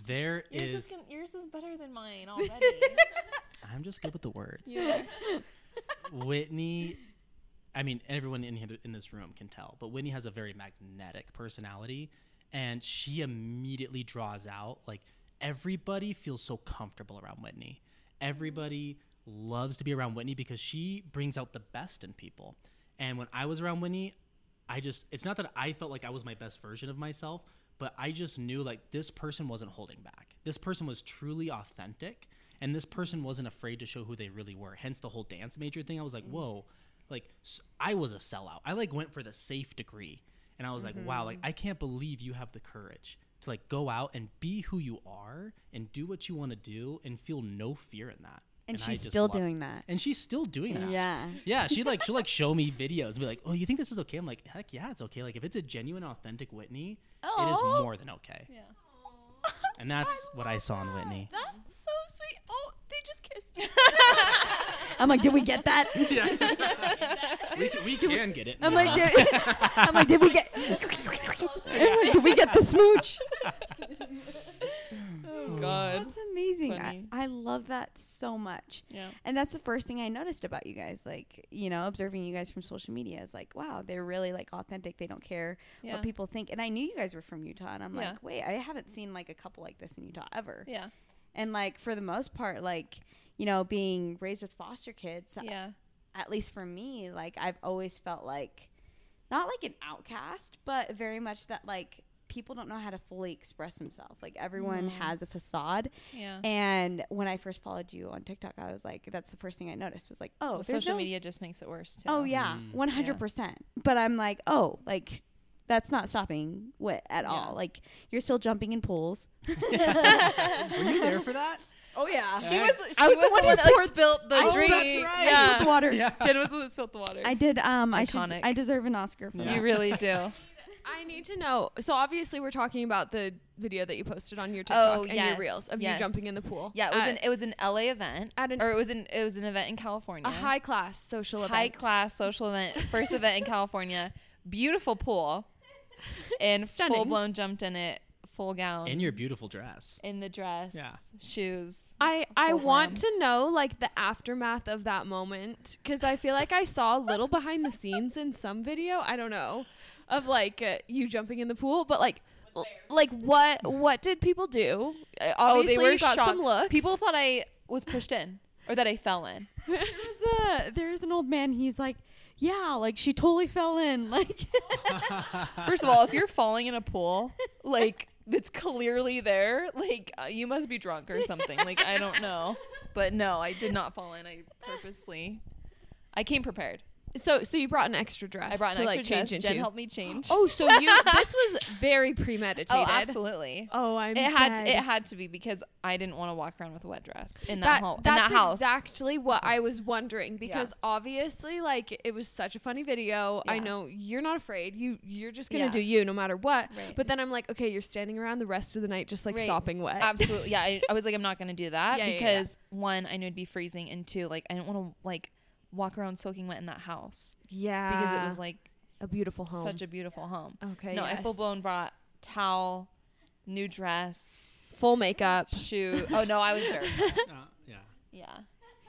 Speaker 3: there
Speaker 2: Yours is,
Speaker 3: is.
Speaker 2: gon- yours is better than mine already.
Speaker 3: I'm just good with the words.
Speaker 4: Yeah.
Speaker 3: Whitney, I mean, everyone in here in this room can tell, but Whitney has a very magnetic personality, and she immediately draws out like everybody feels so comfortable around Whitney. Everybody loves to be around Whitney because she brings out the best in people. And when I was around Whitney, I just it's not that I felt like I was my best version of myself, but I just knew like this person wasn't holding back. This person was truly authentic and this person wasn't afraid to show who they really were. Hence the whole dance major thing. I was like,
Speaker 1: Mm.
Speaker 3: "Whoa, like s- I was a sellout. I like went for the safe degree." And I was like, "Wow,
Speaker 1: Mm-hmm.
Speaker 3: like I can't believe you have the courage to like go out and be who you are and do what you want to do and feel no fear in that."
Speaker 1: and
Speaker 3: I
Speaker 1: she's
Speaker 3: just
Speaker 1: still
Speaker 3: loved-
Speaker 1: doing that.
Speaker 3: And she's still doing that.
Speaker 1: Yeah.
Speaker 3: Yeah, she like she'll like show me videos and be like, "Oh, you think this is okay?" I'm like, "Heck yeah, it's okay." Like if it's a genuine, authentic Whitney, it is more than okay.
Speaker 2: Yeah.
Speaker 3: And that's what I saw in Whitney.
Speaker 2: That's so sweet. Oh, they just kissed.
Speaker 1: I'm like, did we get that?
Speaker 3: we can, we can get it.
Speaker 1: I'm like, did, I'm like, did we get? I'm like, did we get the smooch?
Speaker 2: oh God.
Speaker 1: That's amazing. I,
Speaker 2: Funny.
Speaker 1: I love that so much.
Speaker 2: Yeah.
Speaker 1: And that's the first thing I noticed about you guys. Like, you know, observing you guys from social media is like, wow, they're really like authentic. They don't care
Speaker 2: Yeah.
Speaker 1: what people think. And I knew you guys were from Utah. And I'm
Speaker 2: Yeah.
Speaker 1: like, wait, I haven't seen like a couple like this in Utah ever.
Speaker 2: yeah.
Speaker 1: And like, for the most part, like, you know, being raised with foster kids,
Speaker 2: Yeah.
Speaker 1: at least for me, like I've always felt like not like an outcast, but very much that like people don't know how to fully express themselves. Like everyone
Speaker 2: Mm-hmm.
Speaker 1: has a facade.
Speaker 2: Yeah.
Speaker 1: And when I first followed you on TikTok, I was like, that's the first thing I noticed was like, oh,
Speaker 2: Well,
Speaker 1: there's
Speaker 2: social
Speaker 1: no-
Speaker 2: media just makes it worse too.
Speaker 1: Oh yeah,
Speaker 3: Mm.
Speaker 1: one hundred percent. But I'm like, oh, like that's not stopping what at
Speaker 2: Yeah.
Speaker 1: all. Like you're still jumping in pools.
Speaker 3: Were you there for that?
Speaker 1: Oh yeah,
Speaker 2: She was. She
Speaker 1: I was the
Speaker 2: the
Speaker 1: one
Speaker 2: one,
Speaker 1: who
Speaker 2: that like,
Speaker 1: poured-
Speaker 2: spilt the
Speaker 1: I-
Speaker 2: drink.
Speaker 1: Oh, that's right.
Speaker 2: Yeah.
Speaker 1: the water.
Speaker 2: Jen was the one that spilt the water.
Speaker 1: I did. Um, I should.
Speaker 2: Iconic.
Speaker 1: I deserve an Oscar for
Speaker 3: Yeah.
Speaker 2: You
Speaker 1: that.
Speaker 2: really do.
Speaker 4: I need to know. So obviously, we're talking about the video that you posted on your TikTok
Speaker 2: Oh,
Speaker 4: and your
Speaker 2: yes,
Speaker 4: reels of
Speaker 2: yes.
Speaker 4: you jumping in the pool.
Speaker 2: Yeah. It was
Speaker 4: at
Speaker 2: an. It was an LA event,
Speaker 4: at an-
Speaker 2: or it was an. It was an event in California.
Speaker 4: a high class social
Speaker 2: high
Speaker 4: event.
Speaker 2: class social event, first event in California. Beautiful pool, and
Speaker 4: Stunning.
Speaker 2: full blown jumped in it, full gown,
Speaker 3: In your beautiful dress.
Speaker 2: in the dress,
Speaker 3: Yeah.
Speaker 2: shoes.
Speaker 4: I I
Speaker 2: Full
Speaker 4: want
Speaker 2: glam.
Speaker 4: to know like the aftermath of that moment because I feel like I saw a little behind the scenes in some video. I don't know of like uh, you jumping in the pool, but like. l- Like what? What did people do?
Speaker 1: Oh,
Speaker 4: Uh,
Speaker 2: Oh,
Speaker 4: Obviously, you got some looks.
Speaker 2: People thought I was pushed in or that I fell in.
Speaker 1: There's a there's an old man. He's like, yeah, like she totally fell in. Like,
Speaker 2: First of all, if you're falling in a pool, like that's clearly there, like uh, you must be drunk or something. Like I don't know, but no, I did not fall in. I purposely, I came prepared.
Speaker 4: So so you brought an extra dress.
Speaker 2: I brought an
Speaker 4: to,
Speaker 2: extra
Speaker 4: like, change
Speaker 2: dress. Jen
Speaker 4: into.
Speaker 2: helped me change.
Speaker 4: Oh, so you this was very premeditated.
Speaker 2: Oh, absolutely.
Speaker 4: Oh, I'm
Speaker 2: it had
Speaker 4: dead.
Speaker 2: it had to be because I didn't want to walk around with a wet dress in that,
Speaker 4: that,
Speaker 2: home in
Speaker 4: that's
Speaker 2: that house.
Speaker 4: exactly what I was wondering because obviously, like, it was such a funny video. I
Speaker 2: Yeah.
Speaker 4: know you're not afraid. You you're just gonna
Speaker 2: Yeah.
Speaker 4: do you no matter what.
Speaker 2: Right.
Speaker 4: But then I'm like, okay, you're standing around the rest of the night just like
Speaker 2: Right.
Speaker 4: sopping wet.
Speaker 2: Absolutely. Yeah, I, I was like, I'm not gonna do that
Speaker 4: Yeah, yeah, yeah.
Speaker 2: because one, I knew it'd be freezing, and two, like I didn't want to like walk around soaking wet in that house
Speaker 4: yeah,
Speaker 2: because it was like
Speaker 4: a beautiful home.
Speaker 2: such a beautiful home.
Speaker 4: okay,
Speaker 2: no, I
Speaker 4: yes.
Speaker 2: full blown brought towel, new dress,
Speaker 4: full makeup.
Speaker 2: shoe. Oh no, I was there.
Speaker 3: Uh, yeah.
Speaker 2: Yeah,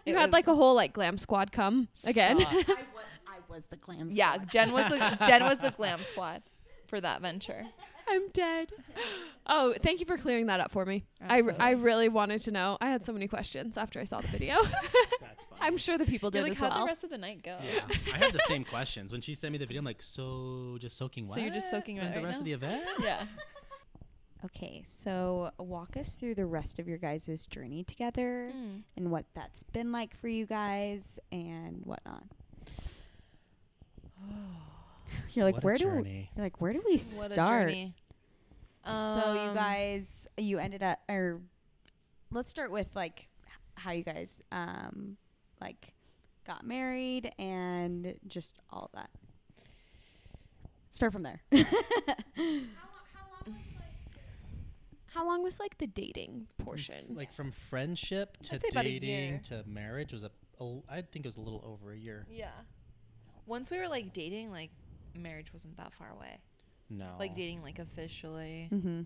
Speaker 4: You
Speaker 2: It
Speaker 4: had
Speaker 2: was-
Speaker 4: like a whole like glam squad come again.
Speaker 2: Stop.
Speaker 1: I was, I was the glam.
Speaker 2: yeah,
Speaker 1: squad.
Speaker 2: Jen was the Jen was the glam squad for that venture.
Speaker 4: I'm dead. Oh, thank you for clearing that up for me. I,
Speaker 2: Absolutely.
Speaker 4: I really wanted to know. I had so many questions after I saw the video.
Speaker 3: That's fine.
Speaker 4: I'm sure the people did
Speaker 2: You're like,
Speaker 4: as
Speaker 2: how'd
Speaker 4: well.
Speaker 2: the rest of the night go?
Speaker 3: Yeah, I had the same questions when she sent me the video. I'm like, so just soaking wet.
Speaker 2: So you're just soaking wet
Speaker 3: And the
Speaker 2: right
Speaker 3: rest of
Speaker 2: now?
Speaker 3: the event.
Speaker 2: Yeah.
Speaker 1: Okay, so walk us through the rest of your guys' journey together
Speaker 2: Hmm.
Speaker 1: and what that's been like for you guys and whatnot. You're like,
Speaker 3: What a
Speaker 1: where do
Speaker 3: journey.
Speaker 1: you're like, where do we start? so you
Speaker 2: Um,
Speaker 1: guys, you ended up, or let's start with like h- how you guys, um, like got married and just all that. Start from there.
Speaker 4: How long was like the dating portion?
Speaker 3: Like from friendship to
Speaker 2: I'd say about a
Speaker 3: dating
Speaker 2: year.
Speaker 3: to marriage was a, a l- I think it was a little over a year.
Speaker 2: Yeah. Once we were like dating, like marriage wasn't that far away.
Speaker 3: No.
Speaker 4: Oh.
Speaker 2: Like dating, like officially.
Speaker 4: Mm.
Speaker 1: mm-hmm.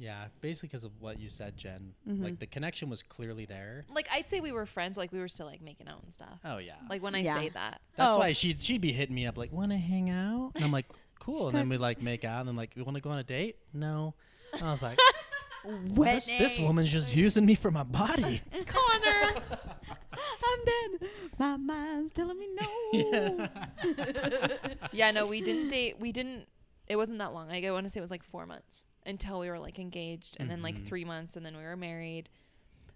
Speaker 3: Yeah, basically because of what you said, Jen.
Speaker 2: Mm-hmm.
Speaker 1: Mhm.
Speaker 3: Like the connection was clearly there.
Speaker 2: Like I'd say we were friends. Like we were still like making out and stuff.
Speaker 3: Oh yeah.
Speaker 2: Like when I
Speaker 1: Yeah.
Speaker 2: say that,
Speaker 3: That's
Speaker 1: Oh.
Speaker 3: why she she'd be hitting me up like, "Want to hang out?" And I'm like, "Cool."
Speaker 1: She's
Speaker 3: and then we like make out, and then like, "You want to go on a date?" No. And I was like, well, this, this woman's just using me for my body.
Speaker 1: Connor. I'm dead. My mind's telling me no.
Speaker 2: yeah, no, we didn't date. We didn't. It wasn't that long. Like I want to say it was like four months until we were like engaged, and then like
Speaker 3: Mhm.
Speaker 2: three months, and then we were married.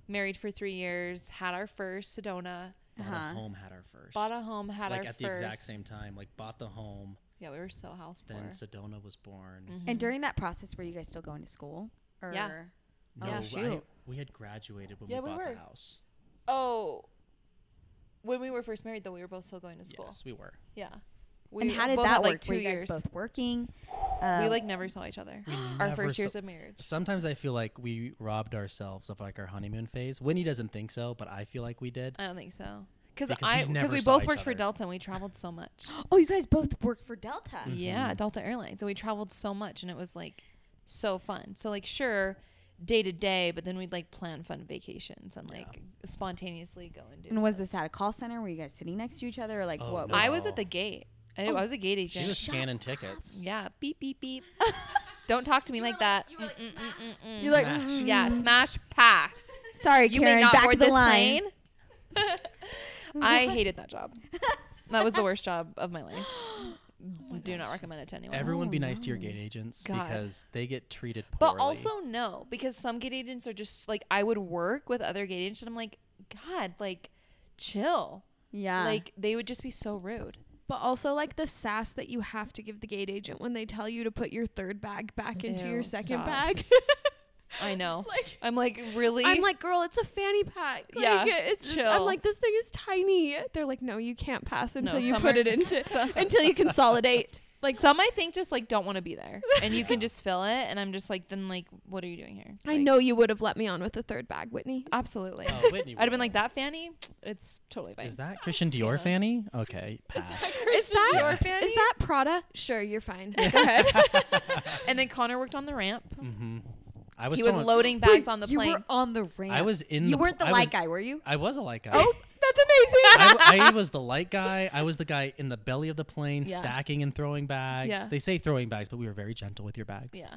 Speaker 2: Married for three years. Had our first Sedona.
Speaker 3: Bought
Speaker 1: Uh-huh.
Speaker 3: a home had our first.
Speaker 2: Bought a home. Had
Speaker 3: like
Speaker 2: our
Speaker 3: at the
Speaker 2: first.
Speaker 3: exact same time. Like bought the home,
Speaker 2: Yeah, we were so house poor.
Speaker 3: then Sedona was born.
Speaker 1: And during that process, were you guys still going to school? Or
Speaker 2: Yeah.
Speaker 3: No,
Speaker 2: Yeah,
Speaker 3: Oh, I-
Speaker 2: shoot.
Speaker 3: we had graduated when
Speaker 2: Yeah,
Speaker 3: we
Speaker 2: we
Speaker 3: bought
Speaker 2: were.
Speaker 3: the house.
Speaker 2: Oh, when we were first married, though, we were both still going to school.
Speaker 3: Yes, we were.
Speaker 2: Yeah. We
Speaker 1: and how did
Speaker 2: both
Speaker 1: that
Speaker 2: had,
Speaker 1: work?
Speaker 2: Like two
Speaker 1: were you guys
Speaker 2: years.
Speaker 1: both working?
Speaker 2: we
Speaker 1: Um,
Speaker 2: like never saw each other.
Speaker 3: We
Speaker 2: Our
Speaker 3: never
Speaker 2: first
Speaker 3: saw-
Speaker 2: years of marriage.
Speaker 3: Sometimes I feel like we robbed ourselves of like our honeymoon phase. Winnie doesn't think so, but I feel like we did.
Speaker 2: I don't think so. Cause
Speaker 3: Because
Speaker 2: I
Speaker 3: we never
Speaker 2: because we,
Speaker 3: saw
Speaker 2: both
Speaker 3: each
Speaker 2: worked for
Speaker 3: other.
Speaker 2: Delta and we traveled so much.
Speaker 1: oh, you guys both work for Delta.
Speaker 3: Mm-hmm.
Speaker 2: yeah, Delta Airlines and we traveled so much and it was like so fun. So like sure, day to day, but then we'd like plan fun vacations and like spontaneously go and do.
Speaker 1: And was
Speaker 2: things.
Speaker 1: this at a call center? Were you guys sitting next to each other, or like
Speaker 3: Oh,
Speaker 1: what?
Speaker 3: no.
Speaker 2: I was
Speaker 3: Oh.
Speaker 2: at the gate. I, I was a gate
Speaker 3: She
Speaker 2: agent.
Speaker 3: was scanning tickets.
Speaker 2: yeah, beep beep beep. don't talk to me like, that. Mm, mm, mm, mm,
Speaker 1: You're like,
Speaker 3: Smash.
Speaker 1: "Mm,
Speaker 2: yeah, smash pass.
Speaker 1: sorry,
Speaker 2: you
Speaker 1: Karen,
Speaker 2: may not
Speaker 1: back
Speaker 2: board
Speaker 1: of the
Speaker 2: this
Speaker 1: line.
Speaker 2: plane. I hated that job. That was the worst job of my life. Do not recommend it to anyone.
Speaker 3: Everyone be nice to your gate agents
Speaker 2: Oh, God.
Speaker 3: because they get treated poorly.
Speaker 2: but also no, because some gate agents are just like I would work with other gate agents, and I'm like, God, like, chill.
Speaker 1: Yeah,
Speaker 2: Like they would just be so rude.
Speaker 4: But also like the sass that you have to give the gate agent when they tell you to put your third bag back into your
Speaker 2: Ew,
Speaker 4: second
Speaker 2: stop.
Speaker 4: bag.
Speaker 2: I know.
Speaker 4: like
Speaker 2: I'm like really.
Speaker 4: I'm like, girl, it's a fanny pack. Like,
Speaker 2: Yeah,
Speaker 4: it's,
Speaker 2: chill.
Speaker 4: I'm like, this thing is tiny. They're like, no, you can't pass until you
Speaker 2: summer-
Speaker 4: put it into
Speaker 2: some-
Speaker 4: until you consolidate. Like
Speaker 2: some I think just like don't want to be there, and you can just feel it. And I'm just like, then like, what are you doing here?
Speaker 4: I
Speaker 2: Like,
Speaker 4: know you would have let me on with the third bag, Whitney.
Speaker 2: absolutely.
Speaker 3: Oh, Whitney
Speaker 2: I'd have been
Speaker 3: would.
Speaker 2: like that, Fanny. It's totally fine.
Speaker 3: Is that Christian Dior fanny? Okay, pass.
Speaker 4: Is that
Speaker 3: Dior
Speaker 2: fanny?
Speaker 4: is that Prada? Sure, you're fine. Go ahead.
Speaker 2: And then Connor worked on the ramp.
Speaker 3: hmm I was.
Speaker 2: he was
Speaker 3: throwing-
Speaker 2: loading bags on the
Speaker 1: you
Speaker 2: plane.
Speaker 1: were on the ramp.
Speaker 3: I was in.
Speaker 1: You
Speaker 3: the,
Speaker 1: weren't the
Speaker 3: I
Speaker 1: light
Speaker 3: was-
Speaker 1: guy, were you?
Speaker 3: I was a light guy.
Speaker 4: Oh,
Speaker 2: Oh,
Speaker 4: that's amazing.
Speaker 3: I, I was the light guy. I was the guy in the belly of the plane,
Speaker 2: Yeah.
Speaker 3: stacking and throwing bags.
Speaker 2: Yeah.
Speaker 3: They say throwing bags, but we were very gentle with your bags.
Speaker 2: yeah.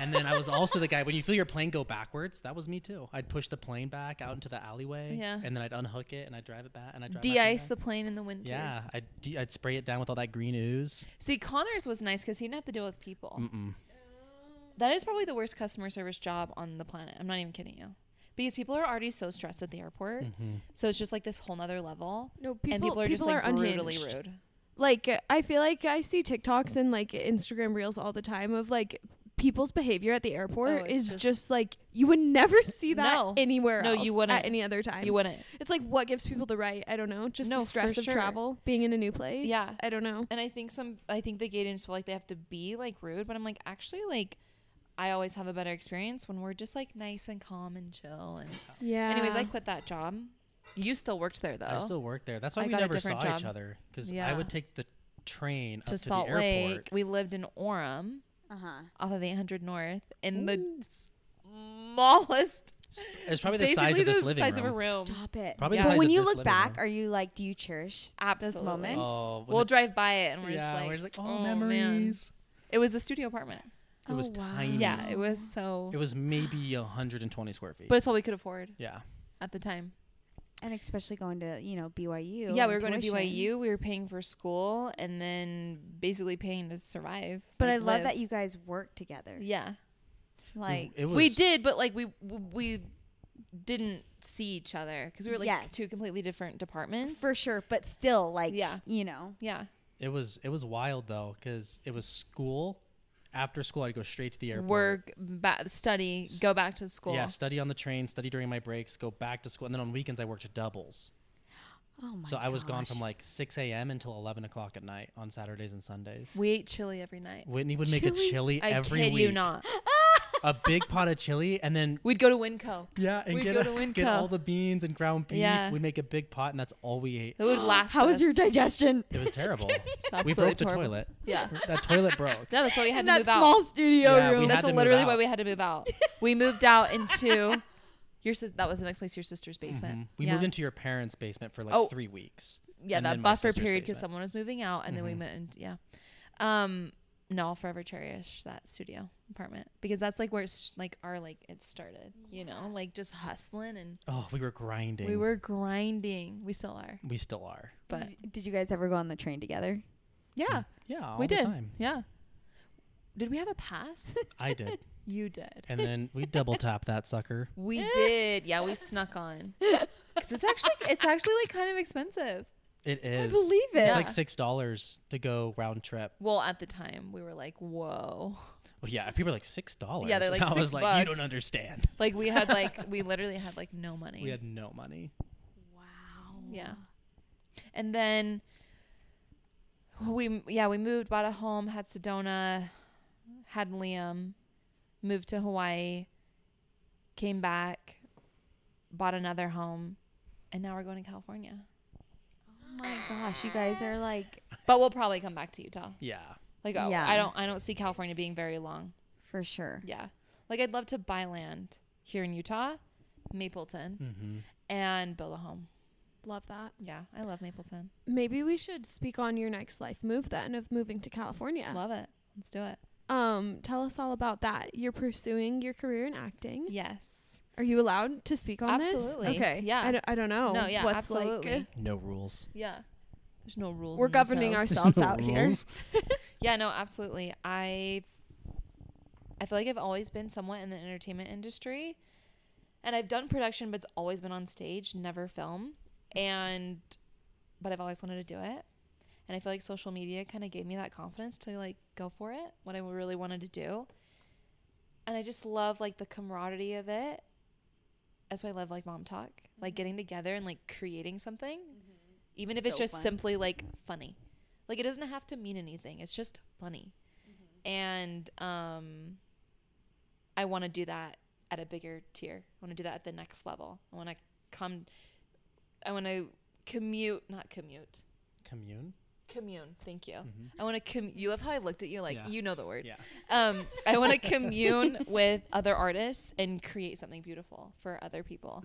Speaker 3: And then I was also the guy when you feel your plane go backwards. That was me too. I'd push the plane back out into the alleyway.
Speaker 2: Yeah.
Speaker 3: And then I'd unhook it and I'd drive it back and I'd drive. my plane
Speaker 2: De-ice
Speaker 3: back.
Speaker 2: the plane in the winters.
Speaker 3: Yeah, I'd, de- I'd spray it down with all that green ooze.
Speaker 2: See, Connor's was nice because he didn't have to deal with people.
Speaker 3: Mm-mm.
Speaker 2: That is probably the worst customer service job on the planet. I'm not even kidding you. Because people are already so stressed
Speaker 3: Hmm. Mm-hmm.
Speaker 2: at the airport. So it's just like this whole nother level.
Speaker 4: No, people,
Speaker 2: and people are just like brutally
Speaker 4: unhinged.
Speaker 2: rude.
Speaker 4: like uh, I feel like I see TikToks and like Instagram reels all the time of like people's behavior at the airport
Speaker 2: Oh, it's
Speaker 4: is
Speaker 2: just-
Speaker 4: just, like you would never see that
Speaker 2: No.
Speaker 4: anywhere
Speaker 2: No, you
Speaker 4: else
Speaker 2: wouldn't.
Speaker 4: at any other time.
Speaker 2: You wouldn't.
Speaker 4: It's like what gives people the right? I don't know. Just
Speaker 2: No,
Speaker 4: the
Speaker 2: for
Speaker 4: stress of
Speaker 2: sure.
Speaker 4: travel, being in a new place.
Speaker 2: Yeah.
Speaker 4: I don't know.
Speaker 2: And I think some, I think they get into like they have to be like rude, but I'm like actually like, I always have a better experience when we're just like nice and calm and chill. And
Speaker 4: Yeah.
Speaker 2: anyways, I quit that job. You still worked there though.
Speaker 3: I still work there. That's
Speaker 2: Oh.
Speaker 3: why
Speaker 2: I
Speaker 3: we
Speaker 2: got a
Speaker 3: never saw
Speaker 2: different
Speaker 3: each
Speaker 2: job.
Speaker 3: other because I
Speaker 2: Yeah.
Speaker 3: would take the train up
Speaker 2: to
Speaker 3: to
Speaker 2: Salt
Speaker 3: the airport.
Speaker 2: Lake. We lived in Orem
Speaker 1: Uh huh.
Speaker 2: off of 800 North in the smallest,
Speaker 3: It's probably the
Speaker 2: basically
Speaker 3: size of this
Speaker 2: the
Speaker 3: living
Speaker 2: size
Speaker 3: room.
Speaker 2: of a room.
Speaker 1: Um, Stop it.
Speaker 3: Probably
Speaker 2: the
Speaker 1: But
Speaker 2: size
Speaker 1: when
Speaker 3: of
Speaker 1: you
Speaker 3: this
Speaker 1: look
Speaker 3: living
Speaker 1: back,
Speaker 3: room.
Speaker 1: are you like, do you cherish
Speaker 2: Absolutely.
Speaker 1: those moments?
Speaker 3: Oh, when
Speaker 2: we'll
Speaker 3: the-
Speaker 2: drive by it and we're just
Speaker 3: yeah,
Speaker 2: like,
Speaker 3: we're just like,
Speaker 2: oh,
Speaker 3: oh,
Speaker 2: man.
Speaker 3: memories.
Speaker 2: It was a studio apartment.
Speaker 3: It was
Speaker 1: Oh, wow.
Speaker 3: tiny.
Speaker 2: Yeah,
Speaker 1: Mm.
Speaker 2: it was so.
Speaker 3: It was maybe 120 square feet.
Speaker 2: but it's all we could afford
Speaker 3: yeah.
Speaker 2: at the time.
Speaker 1: And especially going to you know BYU.
Speaker 2: yeah,
Speaker 1: and
Speaker 2: we were going to
Speaker 1: tuition.
Speaker 2: BYU. We were paying for school and then basically paying to survive.
Speaker 1: But
Speaker 2: like,
Speaker 1: I love
Speaker 2: live.
Speaker 1: that you guys work together.
Speaker 2: Yeah,
Speaker 1: Like
Speaker 3: it was,
Speaker 2: we did, but like we w- we didn't see each other because we were like
Speaker 1: Yes.
Speaker 2: two completely different departments.
Speaker 1: for sure, but still, like
Speaker 2: Yeah.
Speaker 1: you know,
Speaker 2: yeah,
Speaker 3: It was it was wild though because it was school. After school, I'd go straight to the airport.
Speaker 2: work, ba- study, go back to school.
Speaker 3: Yeah, study on the train, study during my breaks, go back to school, and then on weekends I worked doubles.
Speaker 1: oh my.
Speaker 3: so I was gone
Speaker 1: gosh.
Speaker 3: from like 6 a.m. until 11 o'clock at night on Saturdays and Sundays.
Speaker 2: We ate chili every night.
Speaker 3: Whitney would make a chili
Speaker 2: I
Speaker 3: every
Speaker 2: kid
Speaker 3: week.
Speaker 2: you not.
Speaker 3: A big pot of chili, and then
Speaker 2: We'd go to Winco.
Speaker 3: yeah, and
Speaker 2: We'd
Speaker 3: get,
Speaker 2: go
Speaker 3: a-
Speaker 2: to Winco.
Speaker 3: get all the beans and ground beef.
Speaker 2: Yeah.
Speaker 3: We'd make a big pot, and that's all we ate.
Speaker 2: It would last.
Speaker 1: How was your
Speaker 2: us-
Speaker 1: digestion?
Speaker 3: It was terrible.
Speaker 2: It's
Speaker 3: we
Speaker 2: absolutely
Speaker 3: broke the
Speaker 2: horrible.
Speaker 3: toilet.
Speaker 2: Yeah.
Speaker 3: That toilet broke.
Speaker 2: No, that's why we
Speaker 1: In
Speaker 2: had to
Speaker 1: that
Speaker 2: move out.
Speaker 1: small studio
Speaker 3: Yeah, we
Speaker 1: room.
Speaker 3: had
Speaker 2: That's
Speaker 3: to move
Speaker 2: literally why
Speaker 3: out.
Speaker 2: we had to move out. We moved out into your sis- that was the next place your sister's basement.
Speaker 3: Mhm. We
Speaker 2: yeah.
Speaker 3: moved into your parents' basement for like
Speaker 2: Oh.
Speaker 3: three weeks.
Speaker 2: yeah
Speaker 3: and
Speaker 2: that
Speaker 3: then my
Speaker 2: buffer
Speaker 3: sister's
Speaker 2: period because
Speaker 3: basement.
Speaker 2: someone was moving out, and then we
Speaker 3: Mhm.
Speaker 2: went and yeah. Um, no, I'll forever cherish that studio apartment because that's like where it's like our like it started. You know, like just hustling and
Speaker 3: Oh, we were grinding.
Speaker 2: we were grinding. We still are,
Speaker 3: We still are.
Speaker 2: but
Speaker 1: Did- Did you guys ever go on the train together?
Speaker 2: yeah,
Speaker 3: Yeah, all
Speaker 2: we
Speaker 3: the
Speaker 2: did.
Speaker 3: time.
Speaker 2: Yeah, did we have a pass?
Speaker 3: I did,
Speaker 2: you did.
Speaker 3: and then we double tap that sucker.
Speaker 2: We did. Yeah, we snuck on. Cuz it's actually it's actually like kind of expensive.
Speaker 3: It
Speaker 1: I
Speaker 3: is.
Speaker 1: believe it.
Speaker 3: It's
Speaker 2: Yeah.
Speaker 3: like six dollars to go round trip.
Speaker 2: Well, at the time, we were like, "Whoa."
Speaker 3: Well, yeah, people are like six dollars.
Speaker 2: Yeah, they're like
Speaker 3: I
Speaker 2: six
Speaker 3: was like, you
Speaker 2: bucks."
Speaker 3: don't understand.
Speaker 2: Like we had like we literally had like no money.
Speaker 3: We had no money.
Speaker 1: Wow.
Speaker 2: yeah. And then we yeah, we moved, bought a home, had Sedona, had Liam, moved to Hawaii, came back, bought another home, and now we're going to California.
Speaker 1: Oh my gosh, you guys are like
Speaker 2: But we'll probably come back to Utah.
Speaker 3: Yeah,
Speaker 2: Like oh,
Speaker 1: Yeah.
Speaker 2: I don't I don't see California being very long.
Speaker 1: for sure.
Speaker 2: Yeah. Like I'd love to buy land here in Utah, Mapleton,
Speaker 3: mm-hmm.
Speaker 2: and build a home.
Speaker 4: love that.
Speaker 2: Yeah, I love Mapleton.
Speaker 4: Maybe we should speak on your next life move then of moving to California.
Speaker 2: Love it. Let's do it.
Speaker 4: Um, tell us all about that. You're pursuing your career in acting.
Speaker 2: Yes.
Speaker 4: Are you allowed to speak on this?
Speaker 2: Absolutely.
Speaker 4: Okay.
Speaker 2: Yeah.
Speaker 4: I don't, I don't know.
Speaker 2: no, yeah,
Speaker 4: what's like-
Speaker 2: absolutely.
Speaker 3: no rules.
Speaker 2: yeah. There's no rules.
Speaker 4: We're
Speaker 2: in this
Speaker 4: governing
Speaker 2: house.
Speaker 4: ourselves
Speaker 3: No
Speaker 4: out here.
Speaker 3: rules.
Speaker 2: Yeah, no, absolutely. I I feel like I've always been somewhat in the entertainment industry. And I've done production, but it's always been on stage, never film. And but I've always wanted to do it. And I feel like social media kind of gave me that confidence to like go for it, what I really wanted to do. And I just love like the camaraderie of it. That's why I love like mom talk,
Speaker 1: Mm-hmm.
Speaker 2: like getting together and like creating something, even if it's
Speaker 1: So
Speaker 2: just
Speaker 1: fun.
Speaker 2: simply like funny. Like it doesn't have to mean anything. It's just funny.
Speaker 1: Mm-hmm.
Speaker 2: And um I want to do that at a bigger tier. I want to do that at the next level. I want to come I want to commute, not commute.
Speaker 3: Commune.
Speaker 2: Commune. Thank you.
Speaker 3: Mhm.
Speaker 2: I want to com. You love how I looked at you, like
Speaker 3: Yeah.
Speaker 2: you know the word.
Speaker 3: Yeah.
Speaker 2: Um, I want to commune with other artists and create something beautiful for other people,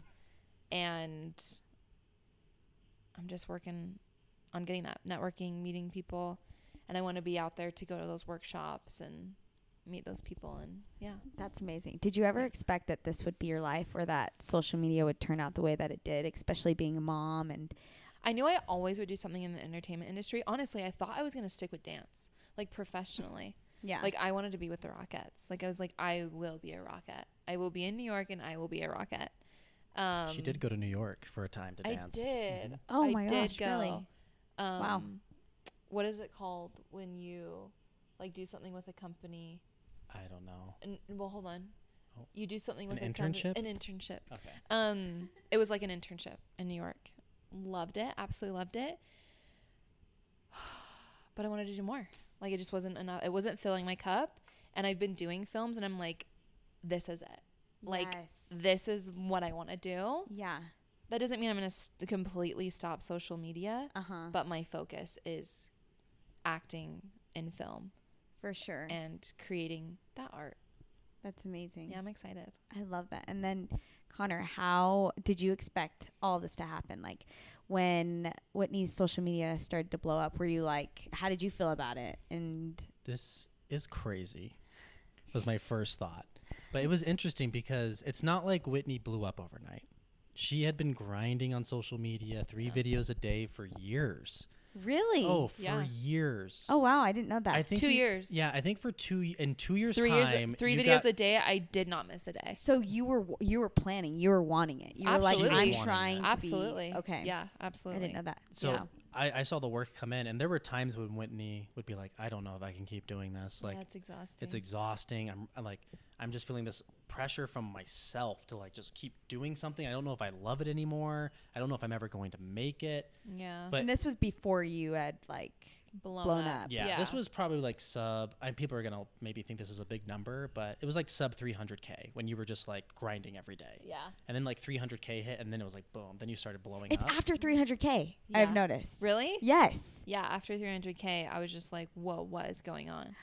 Speaker 2: and I'm just working on getting that networking, meeting people, and I want to be out there to go to those workshops and meet those people, and yeah.
Speaker 1: That's amazing. Did you ever
Speaker 2: Thanks.
Speaker 1: expect that this would be your life or that social media would turn out the way that it did, especially being a mom and
Speaker 2: I knew I always would do something in the entertainment industry. Honestly, I thought I was gonna stick with dance, like professionally.
Speaker 1: yeah.
Speaker 2: Like I wanted to be with the Rockettes. Like I was like, I will be a Rockette. I will be in New York and I will be a Rockette. Um,
Speaker 3: she did go to Mm-hmm. New York for a time to
Speaker 2: I
Speaker 3: dance.
Speaker 2: did.
Speaker 1: Oh
Speaker 2: I
Speaker 1: my
Speaker 2: did
Speaker 1: gosh, really?
Speaker 2: Um, what is it called when you like do something with a company?
Speaker 3: I don't know.
Speaker 2: And well, hold on.
Speaker 3: Oh.
Speaker 2: You do something
Speaker 3: An
Speaker 2: with a com-
Speaker 3: internship?
Speaker 2: an internship.
Speaker 3: Okay.
Speaker 2: Um, it was like an internship in New York. Loved it, absolutely loved it. But I wanted to do more. Like it just wasn't enough. It wasn't filling my cup. And I've been doing films, and I'm like, this is it. Like
Speaker 1: Yes.
Speaker 2: this is what I want to do.
Speaker 1: yeah.
Speaker 2: That doesn't mean I'm gonna s completely stop social media,
Speaker 1: Uh huh.
Speaker 2: but my focus is acting in film
Speaker 1: For sure.
Speaker 2: and creating that art.
Speaker 1: That's amazing.
Speaker 2: Yeah, I'm excited.
Speaker 1: I love that. And then, Connor, how did you expect all this to happen? Like, when Whitney's social media started to blow up, were you like, how did you feel about it? And
Speaker 3: This is crazy. Was my first thought. But it was interesting because it's not like Whitney blew up overnight. She had been grinding on social media, three
Speaker 2: Yeah.
Speaker 3: videos a day for years.
Speaker 1: really,
Speaker 3: Oh, for
Speaker 2: Yeah.
Speaker 3: years.
Speaker 1: Oh, wow, I didn't know that.
Speaker 3: I think
Speaker 2: Two
Speaker 3: you-
Speaker 2: years.
Speaker 3: Yeah, I think for two y- in two years
Speaker 2: three
Speaker 3: time,
Speaker 2: years, three
Speaker 3: you
Speaker 2: videos
Speaker 3: got-
Speaker 2: a day. I did not miss a day.
Speaker 1: so you were you were planning, you were wanting it. You were like,
Speaker 2: Absolutely.
Speaker 1: I'm
Speaker 2: You
Speaker 3: wanted
Speaker 1: trying.
Speaker 3: it.
Speaker 1: To be-
Speaker 2: Absolutely.
Speaker 1: okay.
Speaker 2: Yeah,
Speaker 1: I
Speaker 2: absolutely.
Speaker 1: didn't know that.
Speaker 3: So
Speaker 1: yeah.
Speaker 3: I, I saw the work come in, and there were times when Whitney would be like, "I don't know if I can keep doing this. Like,
Speaker 2: That's exhausting.
Speaker 3: it's exhausting. I'm, I'm like, I'm just feeling this pressure from myself to like just keep doing something. I don't know if I love it anymore. I don't know if I'm ever going to make it.
Speaker 2: yeah.
Speaker 3: But
Speaker 1: and this was before you had like
Speaker 2: blown,
Speaker 1: blown
Speaker 2: up.
Speaker 1: up.
Speaker 3: yeah,
Speaker 2: Uh, Yeah.
Speaker 3: this was probably like sub. I, people are gonna maybe think this is a big number, but it was like sub 300k when you were just like grinding every day,
Speaker 2: Yeah.
Speaker 3: and then like 300k hit, and then it was like boom. Then you started blowing
Speaker 1: It's
Speaker 3: up.
Speaker 1: after 300k. I've
Speaker 2: Yeah.
Speaker 1: noticed.
Speaker 2: Really?
Speaker 1: Yes.
Speaker 2: Yeah. After 300K, I was just like, whoa, what is going on?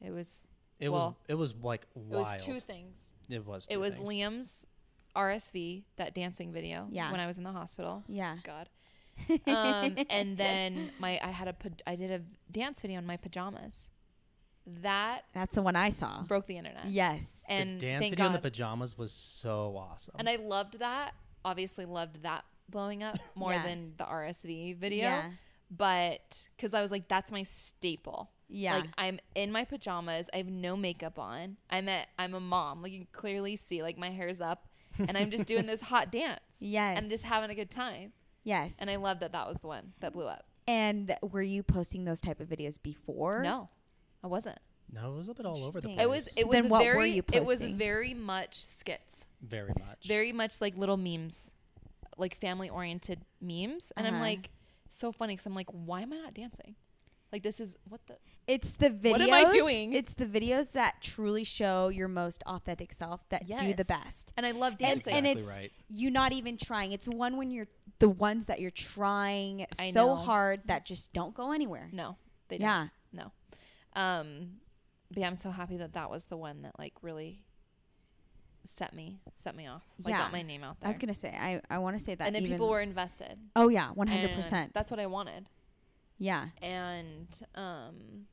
Speaker 2: It was,
Speaker 3: it was
Speaker 2: well,
Speaker 3: it was like
Speaker 2: it
Speaker 3: wild.
Speaker 2: was two things.
Speaker 3: it was
Speaker 2: it
Speaker 3: two
Speaker 2: was
Speaker 3: things.
Speaker 2: Liam's RSV, that dancing video
Speaker 1: Yeah.
Speaker 2: when I was in the hospital.
Speaker 1: Yeah.
Speaker 2: God. Um, and then my, I had a, pa- I did a dance video in my pajamas. That
Speaker 1: That's the one I saw.
Speaker 2: broke the internet.
Speaker 1: Oh. Yes.
Speaker 3: The
Speaker 2: And
Speaker 3: dance
Speaker 2: thank
Speaker 3: video in the
Speaker 2: God.
Speaker 3: pajamas was so awesome.
Speaker 1: Oh.
Speaker 2: And I loved that. Obviously, loved that blowing up more
Speaker 1: Yeah.
Speaker 2: than the RSV video.
Speaker 1: Yeah.
Speaker 2: But because I was like, that's my staple.
Speaker 1: Yeah.
Speaker 2: Like I'm in my pajamas. I have no makeup on. I'm at. I'm a mom. Like you can clearly see. Like my hair's up, and I'm just doing this hot dance.
Speaker 1: Yes.
Speaker 2: And just having a good time.
Speaker 1: yes.
Speaker 2: And I love that that was the one that blew up.
Speaker 1: And were you posting those type of videos before?
Speaker 2: No, I wasn't.
Speaker 3: no, it was a bit all over the
Speaker 1: Interesting.
Speaker 3: place.
Speaker 2: It was.
Speaker 1: So
Speaker 2: It was
Speaker 1: then what were
Speaker 2: very.
Speaker 1: you
Speaker 2: it was
Speaker 1: posting?
Speaker 2: very much skits.
Speaker 3: very much.
Speaker 2: very much like little memes, like family oriented memes. And I'm
Speaker 1: Uh-huh.
Speaker 2: like, so funny because I'm like, why am I not dancing? Like, this is what the.
Speaker 1: It's the videos.
Speaker 2: What am I doing?
Speaker 1: It's the videos that truly show your most authentic self that do the
Speaker 2: Yes.
Speaker 1: best.
Speaker 2: And I love
Speaker 1: And-
Speaker 2: dancing.
Speaker 1: and
Speaker 3: Exactly
Speaker 1: it's
Speaker 3: right.
Speaker 1: you not even trying. It's one when you're the ones that you're trying
Speaker 2: I
Speaker 1: so
Speaker 2: know.
Speaker 1: hard that just don't go anywhere.
Speaker 2: no, they don't.
Speaker 1: yeah.
Speaker 2: No. Um, but yeah, I'm so happy that that was the one that like really set me, set me off. Like,
Speaker 1: Yeah.
Speaker 2: got my name out there.
Speaker 1: I was gonna say I, I want to say that.
Speaker 2: and then
Speaker 1: even-
Speaker 2: people were invested.
Speaker 1: Oh yeah, one
Speaker 2: And
Speaker 1: hundred percent.
Speaker 2: That's what I wanted.
Speaker 1: Yeah.
Speaker 2: And um,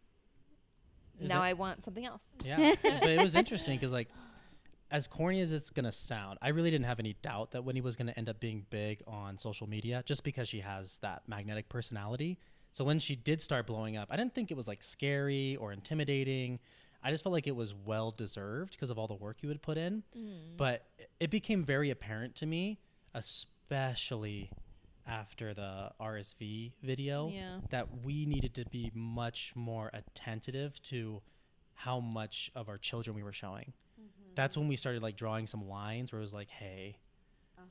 Speaker 3: Is
Speaker 2: now
Speaker 3: it-
Speaker 2: I want something else.
Speaker 3: Yeah, but it was interesting because like, as corny as it's gonna sound, I really didn't have any doubt that Whitney was gonna end up being big on social media just because she has that magnetic personality. So when she did start blowing up, I didn't think it was like scary or intimidating. I just felt like it was well deserved because of all the work you had put in. But it- it became very apparent to me, especially after the RSV video,
Speaker 2: Yeah.
Speaker 3: that we needed to be much more attentive to how much of our children we were showing.
Speaker 2: Mm-hmm.
Speaker 3: That's when we started like drawing some lines where it was like, hey,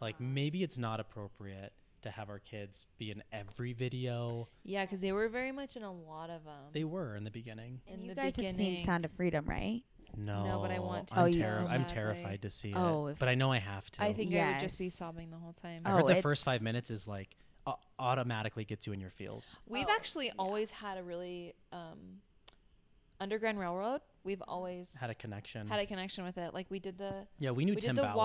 Speaker 3: like
Speaker 2: Uh-huh.
Speaker 3: maybe it's not appropriate to have our kids be in every video.
Speaker 2: Yeah, because they were very much in a lot of um.
Speaker 3: They were in the beginning.
Speaker 1: And
Speaker 2: in
Speaker 1: you
Speaker 2: the
Speaker 1: guys have seen
Speaker 2: beginning.
Speaker 1: Sound of Freedom, right?
Speaker 3: No,
Speaker 2: but I want
Speaker 1: to
Speaker 3: I'm,
Speaker 1: Oh, yeah.
Speaker 3: terri- I'm
Speaker 2: Sadly.
Speaker 3: terrified to see it,
Speaker 1: Oh, if-
Speaker 3: but I know I have to.
Speaker 2: I think I would just be
Speaker 1: Yes.
Speaker 2: sobbing the whole time.
Speaker 3: I heard
Speaker 1: Oh,
Speaker 3: the first
Speaker 1: it's-
Speaker 3: five minutes is like uh, automatically gets you in your feels.
Speaker 2: We've
Speaker 1: Oh,
Speaker 2: actually always had a really um, Underground Railroad. We've always
Speaker 3: Had a connection.
Speaker 2: had a connection with it. Like we did the
Speaker 3: yeah, we knew
Speaker 2: we
Speaker 3: Tim
Speaker 2: did the
Speaker 3: Ballard.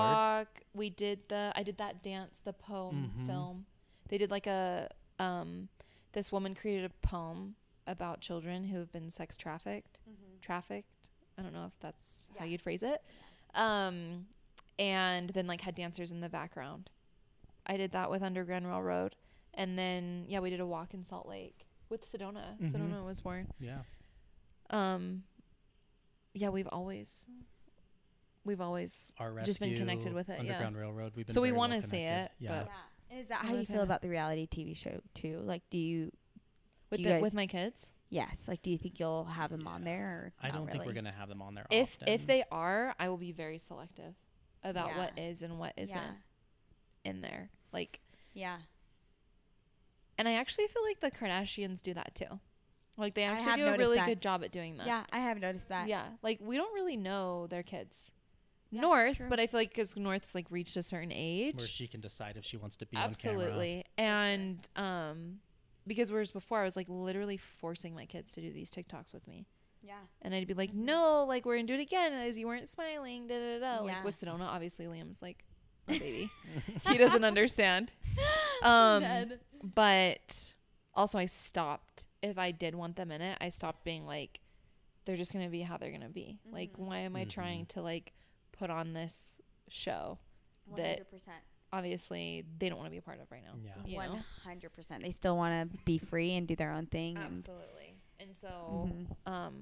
Speaker 2: walk. We did the I did that dance, the poem
Speaker 3: Mhm.
Speaker 2: film. They did like a um, this woman created a poem about children who have been sex trafficked. Trafficked. I don't know if that's how
Speaker 1: Yeah.
Speaker 2: you'd phrase it. Um, and then like had dancers in the background. I did that with Underground Railroad, and then yeah, we did a walk in Salt Lake with Sedona.
Speaker 3: Mhm.
Speaker 2: Sedona was born.
Speaker 3: Yeah,
Speaker 2: Um, yeah, we've always, we've always
Speaker 3: our rescue.
Speaker 2: Just been connected with it, yeah.
Speaker 3: Underground Railroad. We've been
Speaker 2: So we
Speaker 3: very
Speaker 2: wanna
Speaker 3: well
Speaker 2: see
Speaker 3: connected.
Speaker 2: it,
Speaker 3: Yeah,
Speaker 2: but-
Speaker 1: And Is that
Speaker 2: Some
Speaker 1: how
Speaker 2: of
Speaker 1: you
Speaker 2: the
Speaker 1: feel
Speaker 2: time.
Speaker 1: about the reality TV show too? Like, do you
Speaker 2: with
Speaker 1: Do
Speaker 2: the,
Speaker 1: you guys-
Speaker 2: with my kids.
Speaker 1: Yes. Like, do you think you'll have them on there? Or
Speaker 3: I
Speaker 1: not
Speaker 3: don't think we're
Speaker 1: really?
Speaker 3: gonna have them on there.
Speaker 2: If
Speaker 3: often.
Speaker 2: if they are, I will be very selective about what
Speaker 1: Yeah.
Speaker 2: is and what isn't
Speaker 1: Yeah.
Speaker 2: in there. Like,
Speaker 1: Yeah.
Speaker 2: and I actually feel like the Kardashians do that too. Like they
Speaker 1: I
Speaker 2: actually
Speaker 1: have
Speaker 2: do a
Speaker 1: noticed
Speaker 2: really
Speaker 1: that.
Speaker 2: good job at doing that.
Speaker 1: Yeah. I have noticed that.
Speaker 2: yeah. Like we don't really know their kids.
Speaker 1: Yeah,
Speaker 2: North,
Speaker 1: true.
Speaker 2: but I feel like because North's like reached a certain age,
Speaker 3: where she can decide if she wants to be
Speaker 2: absolutely, and um, because whereas before I was like literally forcing my kids to do these TikToks with me.
Speaker 1: Yeah.
Speaker 2: And I'd be like, no, like we're gonna do it again, as you weren't smiling, da da da. da.
Speaker 1: Yeah.
Speaker 2: Like with Sedona, obviously Liam's like my baby. he doesn't understand. Um, But also, I stopped. If I did want them in it, I stopped being like, they're just gonna be how they're gonna be. Like, why am I
Speaker 3: Mhm.
Speaker 2: trying to like put on this show? that-
Speaker 1: 100%.
Speaker 2: Obviously, they don't want to be a part of right now.
Speaker 3: on camera. Yeah.
Speaker 2: You know?
Speaker 1: 100%. They still want to be free and do their own thing. And,
Speaker 2: Absolutely. Mm-hmm. And so,
Speaker 1: Mhm.
Speaker 2: um,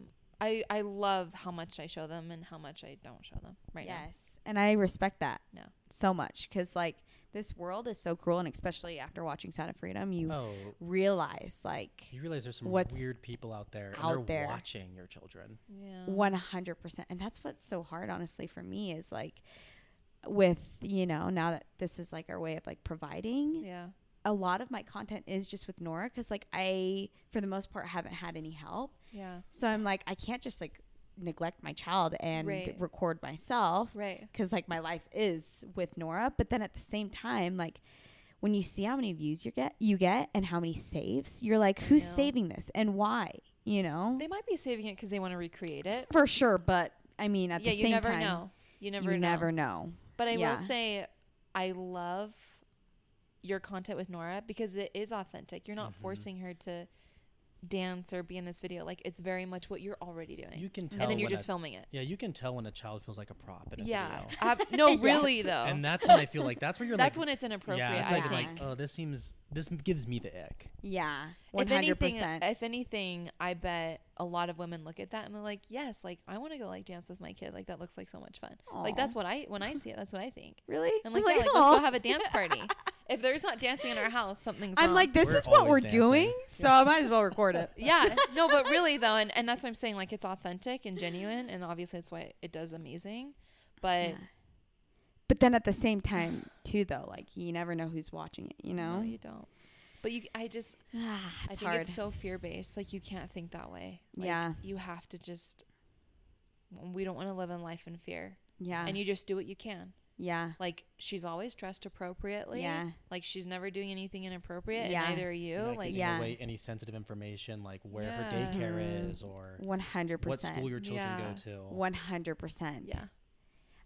Speaker 2: I I love how much I show them and how much I don't show them right now.
Speaker 1: yes. And I respect that
Speaker 2: Yeah.
Speaker 1: so much because, like, this world is so cruel. And especially after watching Sound of Freedom, you
Speaker 3: Oh,
Speaker 1: realize, like,
Speaker 3: you realize there's some
Speaker 1: What's
Speaker 3: weird people out there,
Speaker 1: out
Speaker 3: and they're
Speaker 1: there.
Speaker 3: watching your children.
Speaker 2: Yeah.
Speaker 1: 100%. And that's what's so hard, honestly, for me is like, with, you know, now that this is like our way of like providing,
Speaker 2: Yeah.
Speaker 1: a lot of my content is just with Nora because, like, I, for the most part, haven't had any help.
Speaker 2: Yeah.
Speaker 1: So I'm like, I can't just like neglect my child and
Speaker 2: Right.
Speaker 1: record myself
Speaker 2: Right.
Speaker 1: because like my life is with Nora. But then at the same time, like when you see how many views you get, you get, and how many saves, you're like, who's
Speaker 2: Yeah.
Speaker 1: saving this and why? You know,
Speaker 2: They might be saving it because they want to recreate it.
Speaker 1: for sure. But I mean, at
Speaker 2: yeah,
Speaker 1: the
Speaker 2: you
Speaker 1: same
Speaker 2: never
Speaker 1: time,
Speaker 2: know. You never
Speaker 1: you
Speaker 2: know.
Speaker 1: never know.
Speaker 2: But I
Speaker 1: yeah.
Speaker 2: will say, I love your content with Nora because it is authentic. You're not
Speaker 3: Mhm.
Speaker 2: forcing her to dance or be in this video. Like it's very much what you're already doing,
Speaker 3: You can tell.
Speaker 2: and then you're
Speaker 3: when
Speaker 2: just
Speaker 3: a-
Speaker 2: filming it.
Speaker 3: Yeah, you can tell when a child feels like a prop in a
Speaker 2: Yeah.
Speaker 3: video.
Speaker 2: Ab- no,
Speaker 1: Yes.
Speaker 2: really though.
Speaker 3: And that's when I feel like that's where you're
Speaker 2: that's
Speaker 3: like,
Speaker 2: when it's inappropriate.
Speaker 3: yeah, it's
Speaker 2: I
Speaker 3: like, I'm
Speaker 2: think.
Speaker 3: like, oh, this seems this gives me the ick.
Speaker 1: Yeah,
Speaker 2: If
Speaker 1: one hundred
Speaker 2: anything,
Speaker 1: percent.
Speaker 2: if anything, I bet a lot of women look at that and they're like, "Yes, like I want to go like dance with my kid. Like that looks like so much fun. uh, Like
Speaker 1: Aw.
Speaker 2: that's what I when I see it, that's what I think.
Speaker 1: Really?
Speaker 2: I'm like, yeah, like let's go have a dance party. if there's not dancing in our house, something's.
Speaker 1: I'm
Speaker 2: wrong.
Speaker 1: like, this
Speaker 3: We're
Speaker 1: is what
Speaker 3: always
Speaker 1: we're
Speaker 3: dancing.
Speaker 1: doing, so I might as well record it.
Speaker 2: yeah, no, but really though, and, and that's what I'm saying. Like it's authentic and genuine, and obviously that's why it does amazing. But
Speaker 1: Yeah. But then at the same time, too, though, like you never know who's watching it, you
Speaker 2: no,
Speaker 1: know?
Speaker 2: you don't. But you, I just,
Speaker 1: Ah,
Speaker 2: I
Speaker 1: it's
Speaker 2: think
Speaker 1: hard.
Speaker 2: it's so fear based. Like you can't think that way. Like,
Speaker 1: Yeah.
Speaker 2: you have to just. We don't want to live in life in fear,
Speaker 1: yeah.
Speaker 2: and you just do what you can.
Speaker 1: yeah.
Speaker 2: Like she's always dressed appropriately.
Speaker 1: Yeah.
Speaker 2: Like she's never doing anything inappropriate.
Speaker 1: Yeah.
Speaker 2: And neither are you.
Speaker 3: You're not
Speaker 2: like
Speaker 3: giving
Speaker 1: Yeah.
Speaker 3: away any sensitive information like where her
Speaker 2: Yeah.
Speaker 3: daycare
Speaker 1: Mhm.
Speaker 3: is or
Speaker 1: One hundred
Speaker 3: what school
Speaker 1: percent.
Speaker 3: your children
Speaker 2: Yeah.
Speaker 3: go to.
Speaker 1: One hundred percent.
Speaker 2: yeah.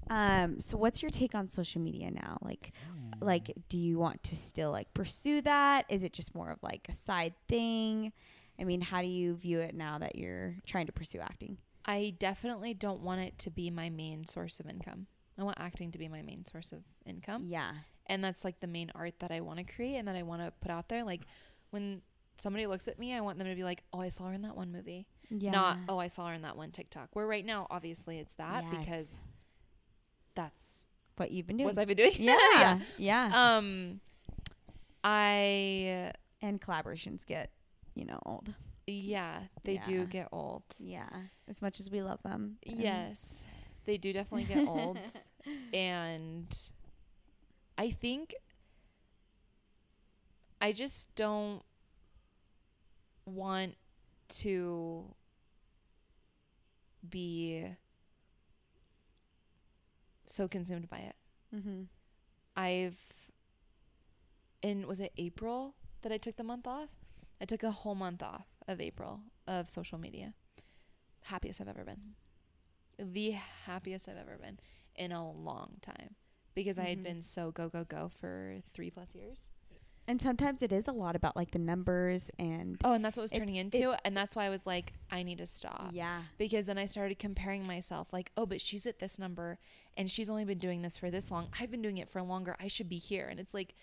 Speaker 1: Um. So, what's your take on social media now? Like,
Speaker 3: Hmm.
Speaker 1: like, do you want to still like pursue that? Is it just more of like a side thing? I mean, how do you view it now that you're trying to pursue acting?
Speaker 2: I definitely don't want it to be my main source of income. I want acting to be my main source of income.
Speaker 1: Yeah.
Speaker 2: And that's like the main art that I want to create and that I want to put out there. Like when somebody looks at me, I want them to be like, oh, I saw her in that one movie.
Speaker 1: Yeah.
Speaker 2: Not, oh, I saw her in that one TikTok. Where right now, obviously, it's that because
Speaker 1: Yes.
Speaker 2: that's
Speaker 1: what you've been doing.
Speaker 2: what I've been doing.
Speaker 1: yeah. yeah. Yeah.
Speaker 2: Um, I,
Speaker 1: and collaborations get, you know, old.
Speaker 2: yeah, they do
Speaker 1: Yeah.
Speaker 2: get old.
Speaker 1: Yeah. As much as we love them. and-
Speaker 2: Yes, they do definitely get old. and I think I just don't want to be so consumed by it.
Speaker 1: Mhm.
Speaker 2: I've in was it April that I took the month off? I took a whole month off of April of social media. Happiest I've ever been. The happiest I've ever been in a long time because I had
Speaker 1: Mhm.
Speaker 2: been so go go go for 3 plus years.
Speaker 1: And sometimes it is a lot about like the numbers and
Speaker 2: Oh, and that's what it was
Speaker 1: It's-
Speaker 2: turning into and that's why I was like I need to stop.
Speaker 1: yeah,
Speaker 2: because then I started comparing myself like, oh, but she's at this number and she's only been doing this for this long. I've been doing it for longer. I should be here. And it's like,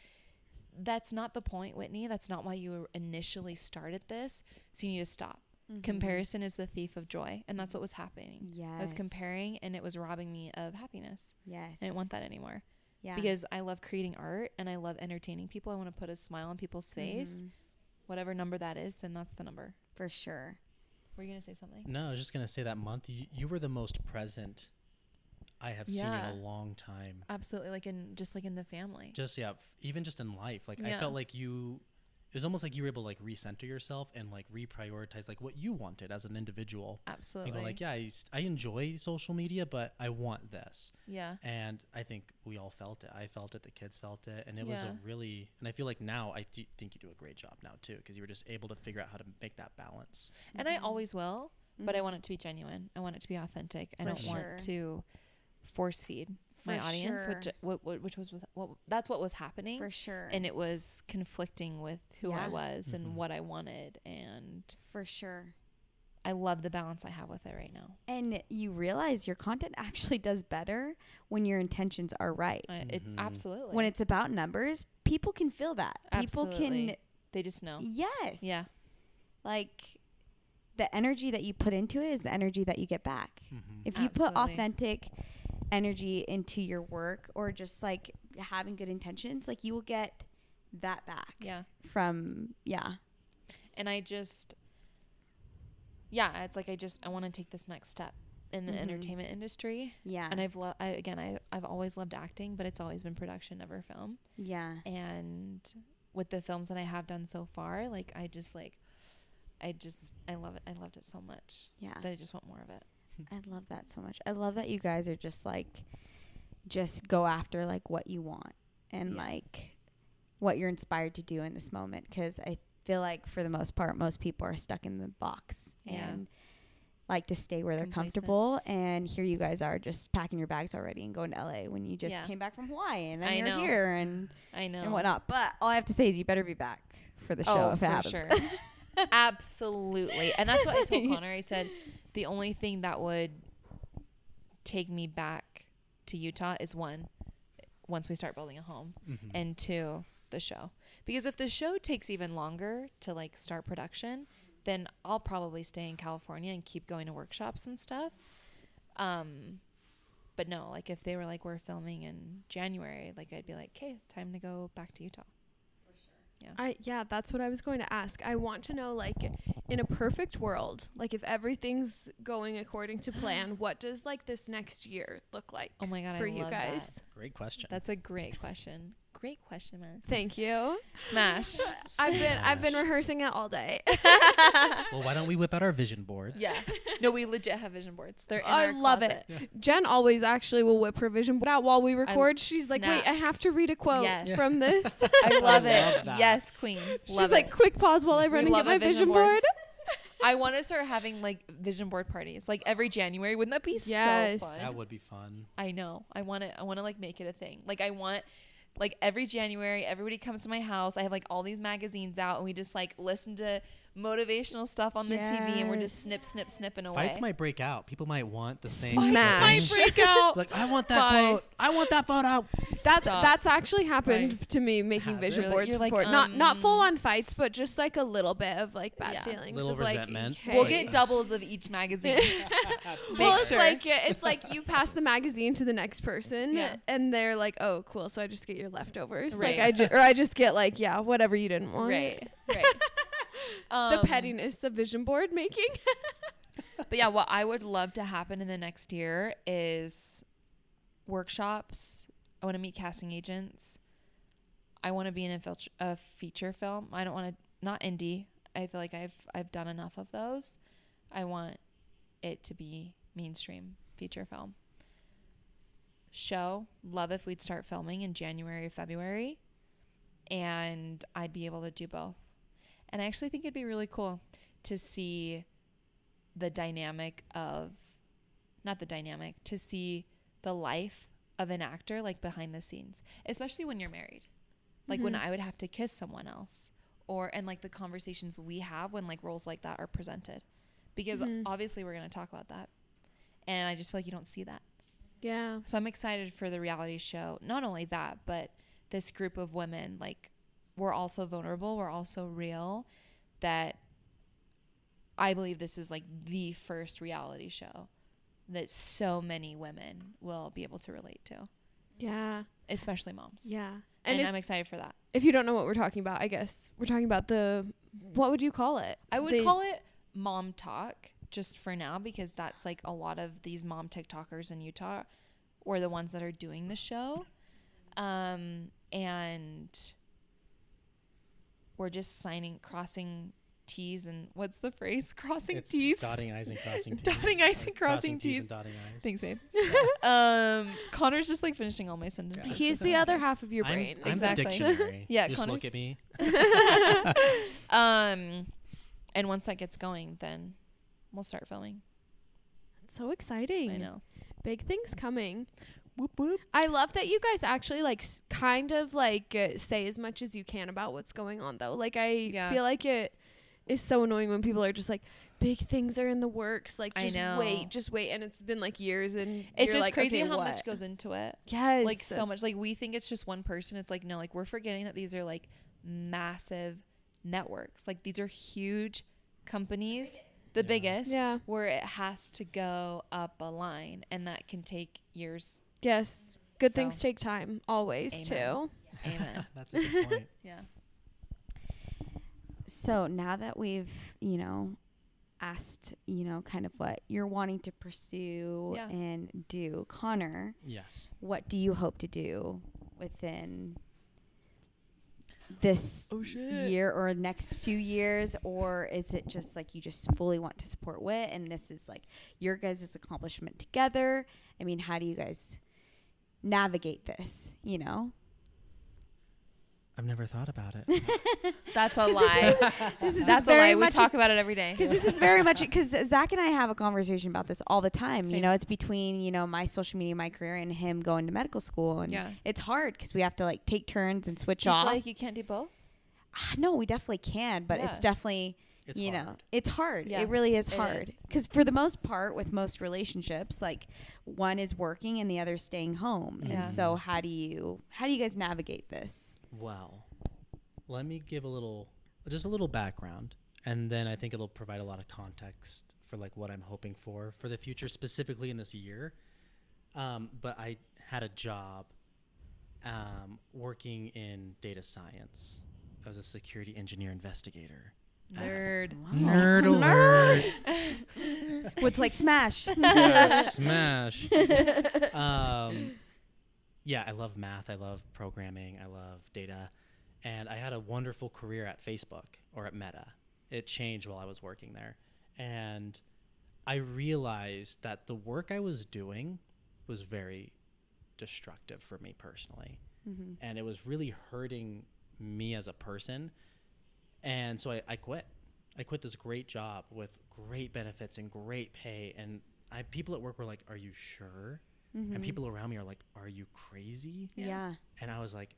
Speaker 2: that's not the point, Whitney. That's not why you initially started this. So you need to stop.
Speaker 1: Mm-hmm.
Speaker 2: Comparison is the thief of joy. And that's what was happening.
Speaker 1: Yes,
Speaker 2: I was comparing and it was robbing me of happiness.
Speaker 1: Yes,
Speaker 2: I didn't want that anymore
Speaker 1: yeah Mm-hmm.
Speaker 2: because I love creating art and I love entertaining people. I want to put a smile on people's face.
Speaker 1: Mhm.
Speaker 2: whatever number that is, then that's the number.
Speaker 1: for sure.
Speaker 2: Were you gonna say something?
Speaker 3: No, I was just gonna say that month you, you were the most present I have
Speaker 2: Yeah.
Speaker 3: seen in a long time.
Speaker 2: Absolutely, like in just like in the family.
Speaker 3: Just yeah, f- even just in life, like I
Speaker 2: Yeah.
Speaker 3: felt like you. It was almost like you were able to like recenter yourself and like reprioritize like what you wanted as an individual.
Speaker 2: Absolutely.
Speaker 3: And go like, yeah, I, s- I enjoy social media, but I want this.
Speaker 2: yeah.
Speaker 3: And I think we all felt it. I felt it. The kids felt it, and it was
Speaker 2: Yeah.
Speaker 3: a really. And I feel like now I do think you do a great job now too, because you were just able to figure out how to make that balance.
Speaker 2: and
Speaker 1: Mm-hmm.
Speaker 2: I always will, but I want it to be genuine. I want it to be authentic. I
Speaker 1: For
Speaker 2: don't
Speaker 1: Mm-hmm. sure.
Speaker 2: want to force feed my
Speaker 1: For
Speaker 2: audience,
Speaker 1: sure.
Speaker 2: which what, what which was with- what that's what was happening,
Speaker 1: for sure.
Speaker 2: and it was conflicting with who
Speaker 1: Yeah.
Speaker 2: I was
Speaker 3: Mhm.
Speaker 2: and what I wanted, and
Speaker 1: for sure.
Speaker 2: I love the balance I have with it right now.
Speaker 1: And you realize your content actually does better when your intentions are right.
Speaker 2: I, it,
Speaker 3: Mhm.
Speaker 2: absolutely,
Speaker 1: When it's about numbers, people can feel that. People
Speaker 2: Absolutely. they just know,
Speaker 1: can yes.
Speaker 2: yeah,
Speaker 1: Like the energy that you put into it is the energy that you get back.
Speaker 3: Mm-hmm.
Speaker 1: If you put
Speaker 2: Absolutely.
Speaker 1: authentic energy into your work or just like having good intentions, like you will get that back
Speaker 2: yeah.
Speaker 1: from yeah.
Speaker 2: and I just yeah, it's like I just I want to take this next step in the
Speaker 1: Mhm.
Speaker 2: entertainment industry.
Speaker 1: Yeah.
Speaker 2: And I've lo- I, again I I've always loved acting, but it's always been production, never film.
Speaker 1: yeah.
Speaker 2: And with the films that I have done so far, like I just like I just I love it. I loved it so much
Speaker 1: Yeah.
Speaker 2: that I just want more of it.
Speaker 1: I love that so much. I love that you guys are just like just go after like what you want and
Speaker 2: Yeah.
Speaker 1: like what you're inspired to do in this moment cuz I feel like for the most part most people are stuck in the box
Speaker 2: Yeah.
Speaker 1: and like to stay where they're
Speaker 2: Complacent.
Speaker 1: comfortable and here you guys are just packing your bags already and going to LA when you just
Speaker 2: Yeah.
Speaker 1: came back from Hawaii and then
Speaker 2: I
Speaker 1: you're
Speaker 2: know.
Speaker 1: here and
Speaker 2: I know.
Speaker 1: and whatnot. But all I have to say is you better be back for the show
Speaker 2: Oh,
Speaker 1: if it
Speaker 2: for
Speaker 1: happens.
Speaker 2: sure. Absolutely. And that's what I told Connor. I said the only thing that would take me back to Utah is one, once we start building a home,
Speaker 3: Mm-hmm.
Speaker 2: and two, the show. Because if the show takes even longer to like start production, then I'll probably stay in California and keep going to workshops and stuff. Um but no, like if they were like we're filming in January, like I'd be like, "Okay, time to go back to Utah."
Speaker 4: I yeah, that's what I was going to ask. I want to know like in a perfect world, like if everything's going according to plan, what does like this next year look like?
Speaker 2: Oh my god,
Speaker 4: for
Speaker 2: I
Speaker 4: you
Speaker 2: love that.
Speaker 4: guys.
Speaker 3: Great question.
Speaker 2: That's a great question. Great question, Madison.
Speaker 4: Thank you.
Speaker 2: Smash.
Speaker 4: I've been I've been
Speaker 3: Smash.
Speaker 4: rehearsing it all day.
Speaker 3: well, why don't we whip out our vision boards?
Speaker 2: yeah. No, we legit have vision boards. They're in
Speaker 4: I
Speaker 2: our
Speaker 4: love
Speaker 2: closet.
Speaker 3: Yeah.
Speaker 4: Jen always actually will whip her vision board out while we
Speaker 2: I-
Speaker 4: record. She's like, "Wait, I
Speaker 2: snaps.
Speaker 4: have to read a quote
Speaker 2: Yes.
Speaker 4: from this."
Speaker 2: I love
Speaker 3: I
Speaker 2: it.
Speaker 3: love that.
Speaker 2: yes, queen.
Speaker 4: She's
Speaker 2: Love
Speaker 4: like,
Speaker 2: it.
Speaker 4: "Quick pause while I run and
Speaker 2: love
Speaker 4: get
Speaker 2: a
Speaker 4: my
Speaker 2: vision
Speaker 4: vision
Speaker 2: board.
Speaker 4: board."
Speaker 2: I want to start having like vision board parties, like every January. Wouldn't that be
Speaker 4: Yes.
Speaker 2: so fun?
Speaker 3: That would be fun.
Speaker 2: I know. I want to. I want to like make it a thing. Like I want. Like every January, everybody comes to my house. I have like all these magazines out, and we just like listen to motivational stuff on the TV, and we're just snip, snip, snipping away.
Speaker 3: Fights might break out. People might want the same.
Speaker 4: Fights might
Speaker 3: thing.
Speaker 4: break out.
Speaker 3: Like I want that
Speaker 4: Bye.
Speaker 3: quote. I want that photo.
Speaker 4: That's
Speaker 2: Stop.
Speaker 4: that's actually happened
Speaker 2: Right.
Speaker 4: to me making
Speaker 3: Has
Speaker 4: vision
Speaker 3: it?
Speaker 4: boards
Speaker 2: You're like,
Speaker 4: before. not not
Speaker 2: um,
Speaker 4: full on fights, but just like a little bit of like bad
Speaker 2: Yeah.
Speaker 4: feelings.
Speaker 3: Little
Speaker 4: of,
Speaker 3: resentment.
Speaker 4: Like,
Speaker 2: We'll
Speaker 4: hey.
Speaker 2: get doubles of each magazine.
Speaker 4: well,
Speaker 2: Make
Speaker 4: it's
Speaker 2: sure.
Speaker 4: like it's like you pass the magazine to the next person,
Speaker 2: Yeah.
Speaker 4: and they're like, "Oh, cool." So I just get your leftovers,
Speaker 2: Right.
Speaker 4: like I ju- or I just get like, yeah, whatever you didn't want.
Speaker 2: right, right.
Speaker 4: The
Speaker 2: Um,
Speaker 4: pettiness of vision board making.
Speaker 2: But yeah, what I would love to happen in the next year is workshops. I want to meet casting agents. I want to be in a, filch- a feature film. I don't want to not indie. I feel like I've I've done enough of those. I want it to be mainstream feature film. Show love if we'd start filming in January or February, and I'd be able to do both. And I actually think it'd be really cool to see the dynamic of not the dynamic to see the life of an actor like behind the scenes especially when you're married like when i would have to kiss someone else or and like the conversations we have when like roles like that are presented because obviously we're going to talk about that and i just feel like you don't see that
Speaker 4: yeah,
Speaker 2: so I'm excited for the reality show. Not only that, but this group of women, like, we're also vulnerable, we're also real. That I believe this is like the first reality show that so many women will be able to relate to,
Speaker 4: yeah,
Speaker 2: especially moms.
Speaker 4: yeah.
Speaker 2: And,
Speaker 4: And,
Speaker 2: I'm
Speaker 4: if,
Speaker 2: excited for that.
Speaker 4: if you don't know what we're talking about, I guess we're talking about the what would you call it?
Speaker 2: I would
Speaker 4: The-
Speaker 2: call it mom talk just for now because that's like a lot of these mom TikTokers in Utah were the ones that are doing the show. Um, and we're just signing, crossing T's and what's the phrase? Crossing
Speaker 3: It's
Speaker 2: T's.
Speaker 3: Dotting I's and crossing T's.
Speaker 2: Dotting I's
Speaker 3: Or
Speaker 2: and crossing
Speaker 3: T's.
Speaker 2: T's.
Speaker 3: and dotting I's.
Speaker 2: Thanks, babe. um, Connor's just like finishing all my sentences.
Speaker 5: Yeah.
Speaker 4: He's the other half of your
Speaker 5: I'm,
Speaker 4: brain.
Speaker 5: I'm
Speaker 2: Exactly.
Speaker 5: the dictionary.
Speaker 2: Yeah,
Speaker 5: just
Speaker 2: Connor's-
Speaker 5: look at me.
Speaker 2: um, and once that gets going, then we'll start filming.
Speaker 4: so exciting.
Speaker 2: I know.
Speaker 4: Big things coming.
Speaker 2: Whoop whoop.
Speaker 4: I love that you guys actually like s- kind of like uh, say as much as you can about what's going on though. Like I
Speaker 2: Yeah.
Speaker 4: feel like it is so annoying when people are just like big things are in the works like
Speaker 2: I
Speaker 4: just
Speaker 2: know.
Speaker 4: wait, just wait and it's been like years and
Speaker 2: It's
Speaker 4: you're
Speaker 2: just
Speaker 4: like,
Speaker 2: crazy
Speaker 4: okay,
Speaker 2: how
Speaker 4: what?
Speaker 2: much goes into it.
Speaker 4: Yes.
Speaker 2: like so much like we think it's just one person it's like no like we're forgetting that these are like massive networks like these are huge companies the
Speaker 3: Yeah.
Speaker 2: biggest
Speaker 4: Yeah.
Speaker 2: where it has to go up a line and that can take years
Speaker 4: Yes. Good
Speaker 2: So-
Speaker 4: things take time always
Speaker 2: Amen.
Speaker 4: too.
Speaker 2: amen
Speaker 3: That's a good point.
Speaker 2: yeah
Speaker 1: so now that we've you know asked you know kind of what you're wanting to pursue
Speaker 2: Yeah.
Speaker 1: and do connor
Speaker 3: yes.
Speaker 1: what do you hope to do within this year or next few years or is it just like you just fully want to support wit and this is like your guys' accomplishment together i mean how do you guys navigate this you know
Speaker 3: I've never thought about it.
Speaker 2: that's a lie
Speaker 1: this is
Speaker 2: that's a
Speaker 1: very
Speaker 2: lie we
Speaker 1: much a-
Speaker 2: talk about it every day
Speaker 1: because this is very much because Zach and I have a conversation about this all the time. You
Speaker 2: Same.
Speaker 1: know, it's between you know my social media, my career, and him going to medical school, and
Speaker 2: Yeah.
Speaker 1: it's hard because we have to like take turns and switch
Speaker 2: Do you feel
Speaker 1: off.
Speaker 2: like you can't do both
Speaker 1: Ah, no, we definitely can, but it's
Speaker 2: Yeah.
Speaker 1: definitely
Speaker 3: It's
Speaker 1: you know
Speaker 3: hard.
Speaker 1: it's hard.
Speaker 2: Yeah,
Speaker 1: It really is
Speaker 2: it
Speaker 1: hard
Speaker 2: is.
Speaker 1: because for the most part, with most relationships, like one is working and the other is staying home,
Speaker 2: Yeah.
Speaker 1: and so how do you how do you guys navigate this?
Speaker 3: Well, let me give a little, just a little background, and then I think it'll provide a lot of context for like what I'm hoping for for the future, specifically in this year. Um, but I had a job um, working in data science. I was a security engineer investigator.
Speaker 2: nerd
Speaker 5: Nerd alert.
Speaker 1: What's like smash?
Speaker 3: Smash. um, yeah, I love math. I love programming. I love data. And I had a wonderful career at Facebook or at Meta. It changed while I was working there. And I realized that the work I was doing was very destructive for me personally. And it was really hurting me as a person. And so I, I quit. I quit this great job with great benefits and great pay. And I, people at work were like, Are you sure? And people around me are like, Are you crazy?
Speaker 2: Yeah.
Speaker 1: Mm-hmm. yeah.
Speaker 3: And I was like,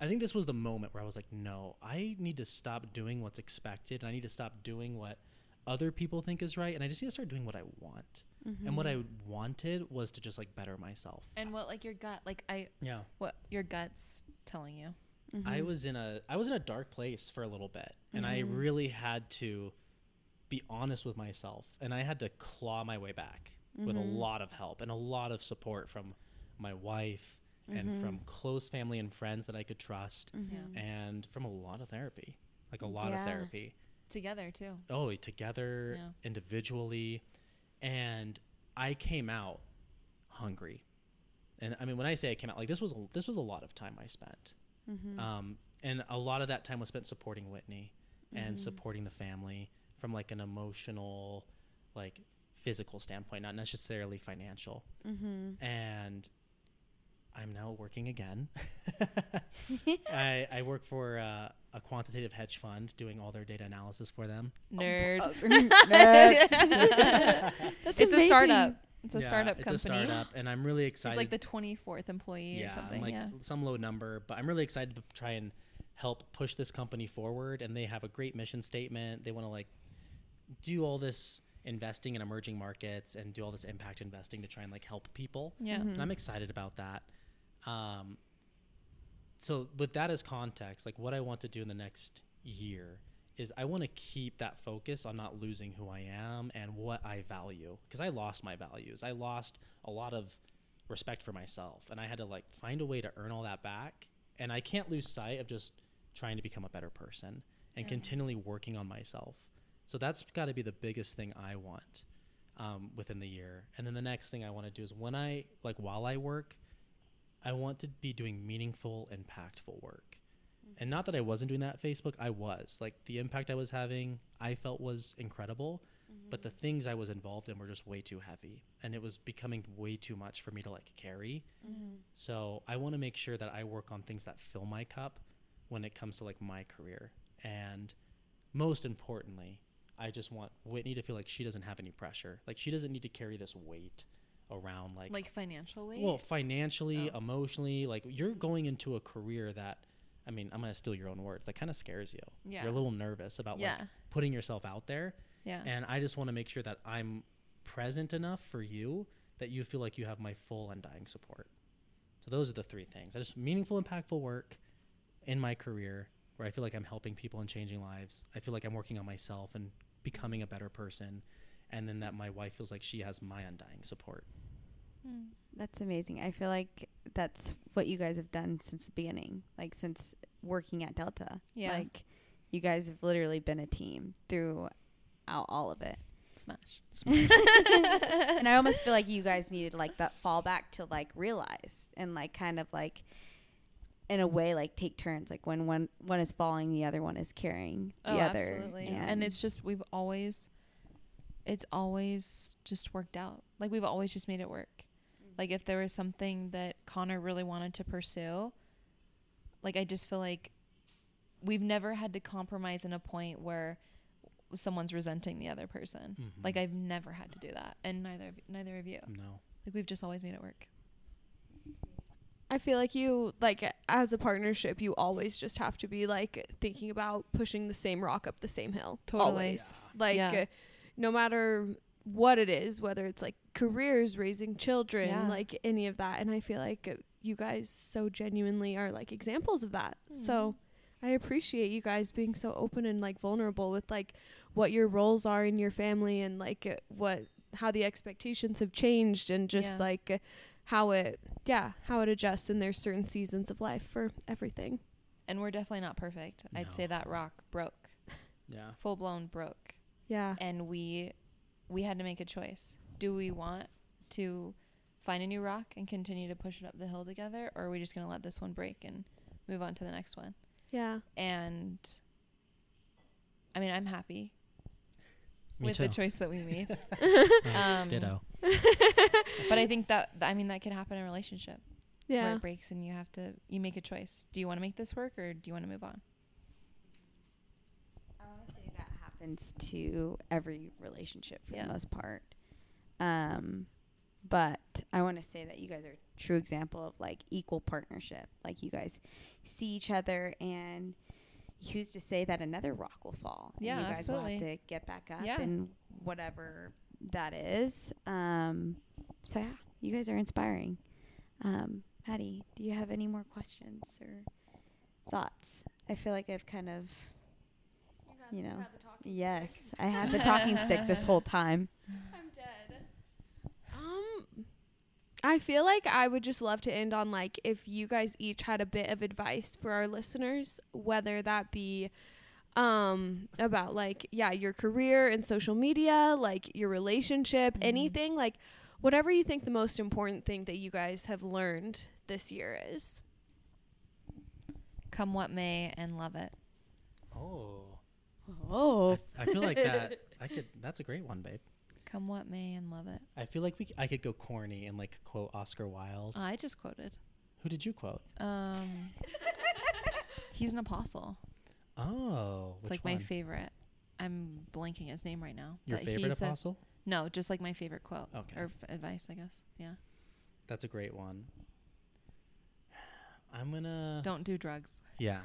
Speaker 3: I think this was the moment where I was like, No, I need to stop doing what's expected. And I need to stop doing what other people think is right. And I just need to start doing what I want. And what I wanted was to just like better myself.
Speaker 2: and what like your gut like i
Speaker 3: Yeah.
Speaker 2: what your gut's telling you
Speaker 3: I was in a I was in a dark place for a little bit, and I really had to be honest with myself, and I had to claw my way back with a lot of help and a lot of support from my wife and from close family and friends that I could trust,
Speaker 1: Mm-hmm.
Speaker 2: yeah
Speaker 3: and from a lot of therapy, like a lot
Speaker 1: Yeah.
Speaker 3: of therapy.
Speaker 2: together too
Speaker 3: Oh, together,
Speaker 2: Yeah.
Speaker 3: individually, and I came out hungry. And I mean, when I say I came out, like this was a- this was a lot of time I spent
Speaker 1: Mm-hmm.
Speaker 2: Mm.
Speaker 3: um, and a lot of that time was spent supporting Whitney
Speaker 2: Mm-hmm.
Speaker 3: and supporting the family from like an emotional, like physical standpoint, not necessarily financial.
Speaker 1: Mm-hmm.
Speaker 3: And I'm now working again. I, I work for uh, a quantitative hedge fund, doing all their data analysis for them.
Speaker 2: nerd
Speaker 1: That's
Speaker 2: it's a
Speaker 1: amazing.
Speaker 2: startup. It's a
Speaker 3: Yeah,
Speaker 2: startup
Speaker 3: it's
Speaker 2: company.
Speaker 3: a startup, and I'm really excited.
Speaker 2: He's like the 24th employee or something.
Speaker 3: I'm like
Speaker 2: yeah.
Speaker 3: some low number, but I'm really excited to try and help push this company forward. And they have a great mission statement. They want to like do all this investing in emerging markets and do all this impact investing to try and like help people.
Speaker 2: Yeah.
Speaker 3: And I'm excited about that. Um, so with that as context, like what I want to do in the next year is I want to keep that focus on not losing who I am and what I value because I lost my values. I lost a lot of respect for myself and I had to like find a way to earn all that back and I can't lose sight of just trying to become a better person and
Speaker 2: Yeah.
Speaker 3: continually working on myself. So that's got to be the biggest thing I want um, within the year. And then the next thing I want to do is when I like while I work, I want to be doing meaningful, impactful work. And not that I wasn't doing that at Facebook, I was. Like the impact I was having, I felt was incredible, but the things I was involved in were just way too heavy and it was becoming way too much for me to like carry. So I want to make sure that I work on things that fill my cup when it comes to like my career. And most importantly, I just want Whitney to feel like she doesn't have any pressure. Like she doesn't need to carry this weight around like
Speaker 2: Like financial weight.
Speaker 3: well, financially,
Speaker 2: Oh.
Speaker 3: emotionally, like you're going into a career that I mean, I'm going to steal your own words. That kind of scares you.
Speaker 2: yeah.
Speaker 3: You're a little nervous about
Speaker 2: yeah.
Speaker 3: like putting yourself out there,
Speaker 2: yeah.
Speaker 3: and I just want to make sure that I'm present enough for you that you feel like you have my full undying support. So those are the three things. I just meaningful, impactful work in my career where I feel like I'm helping people and changing lives. I feel like I'm working on myself and becoming a better person. And then that my wife feels like she has my undying support.
Speaker 2: Mm.
Speaker 1: That's amazing. I feel like that's what you guys have done since the beginning, like since working at Delta.
Speaker 2: Yeah.
Speaker 1: Like you guys have literally been a team throughout all of it.
Speaker 2: Smash.
Speaker 1: and I almost feel like you guys needed like that fallback to like realize and like kind of like in a way like take turns like when one one is falling the other one is carrying the
Speaker 2: Oh,
Speaker 1: other
Speaker 2: absolutely. And it's just we've always it's always just worked out. Like we've always just made it work. Like if there was something that Connor really wanted to pursue, like I just feel like we've never had to compromise in a point where someone's resenting the other
Speaker 3: Mm-hmm.
Speaker 2: person. Like I've never had to do that, and neither of, neither of you.
Speaker 3: No.
Speaker 2: Like we've just always made it work.
Speaker 4: I feel like you like as a partnership, you always just have to be like thinking about pushing the same rock up the same hill.
Speaker 2: Totally.
Speaker 4: Always. Like
Speaker 2: Yeah.
Speaker 4: uh, no matter what it is, whether it's like careers, raising children,
Speaker 2: Yeah.
Speaker 4: like any of that. And I feel like uh, you guys so genuinely are like examples of that.
Speaker 2: Mm-hmm.
Speaker 4: So I appreciate you guys being so open and like vulnerable with like what your roles are in your family and like uh, what how the expectations have changed and just
Speaker 2: Yeah.
Speaker 4: like uh, how it yeah how it adjusts and there's certain seasons of life for everything
Speaker 2: And we're definitely not perfect. I'd say
Speaker 3: No.
Speaker 2: that rock broke,
Speaker 3: Yeah.
Speaker 2: full blown broke.
Speaker 4: yeah
Speaker 2: and we we had to make a choice. Do we want to find a new rock and continue to push it up the hill together or are we just going to let this one break and move on to the next one?
Speaker 4: yeah
Speaker 2: And I mean, I'm happy
Speaker 3: Me
Speaker 2: with
Speaker 3: too.
Speaker 2: the choice that we made.
Speaker 3: Yeah,
Speaker 2: um
Speaker 3: Ditto.
Speaker 2: But I think that I mean that could happen in a relationship where
Speaker 4: yeah
Speaker 2: it breaks and you have to you make a choice. Do you want to make this work or do you want to move on?
Speaker 1: I want to say that happens to every relationship for
Speaker 2: Yeah.
Speaker 1: the most part. Um, but I want to say that you guys are a true example of like equal partnership. Like you guys see each other and who's to say that another rock will fall. and
Speaker 2: Yeah,
Speaker 1: you guys will have
Speaker 2: absolutely.
Speaker 1: to get back up
Speaker 2: Yeah.
Speaker 1: and whatever that is. Um, so yeah, you guys are inspiring. Um, Maddie, do you have any more questions or thoughts? I feel like I've kind of you know. Yes, I had the talking stick this whole time.
Speaker 4: i'm dead um i feel like i would just love to end on like if you guys each had a bit of advice for our listeners whether that be um about like yeah your career and social media like your relationship
Speaker 1: Mm-hmm.
Speaker 4: anything like whatever you think the most important thing that you guys have learned this year is
Speaker 2: Come what may and love it.
Speaker 3: Oh.
Speaker 1: Oh,
Speaker 3: I feel like that. I could. That's a great one, babe.
Speaker 2: Come what may and love it.
Speaker 3: I feel like we. c- I could go corny and like quote Oscar Wilde.
Speaker 2: I just quoted.
Speaker 3: Who did you quote?
Speaker 2: Um He's an apostle.
Speaker 3: Oh,
Speaker 2: It's
Speaker 3: which
Speaker 2: like my
Speaker 3: one?
Speaker 2: favorite. I'm blanking his name right now.
Speaker 3: Your
Speaker 2: but
Speaker 3: favorite
Speaker 2: he says
Speaker 3: apostle.
Speaker 2: no, just like my favorite quote
Speaker 3: Okay.
Speaker 2: or f- advice, I guess. Yeah.
Speaker 3: That's a great one. I'm gonna.
Speaker 2: Don't do drugs.
Speaker 3: Yeah.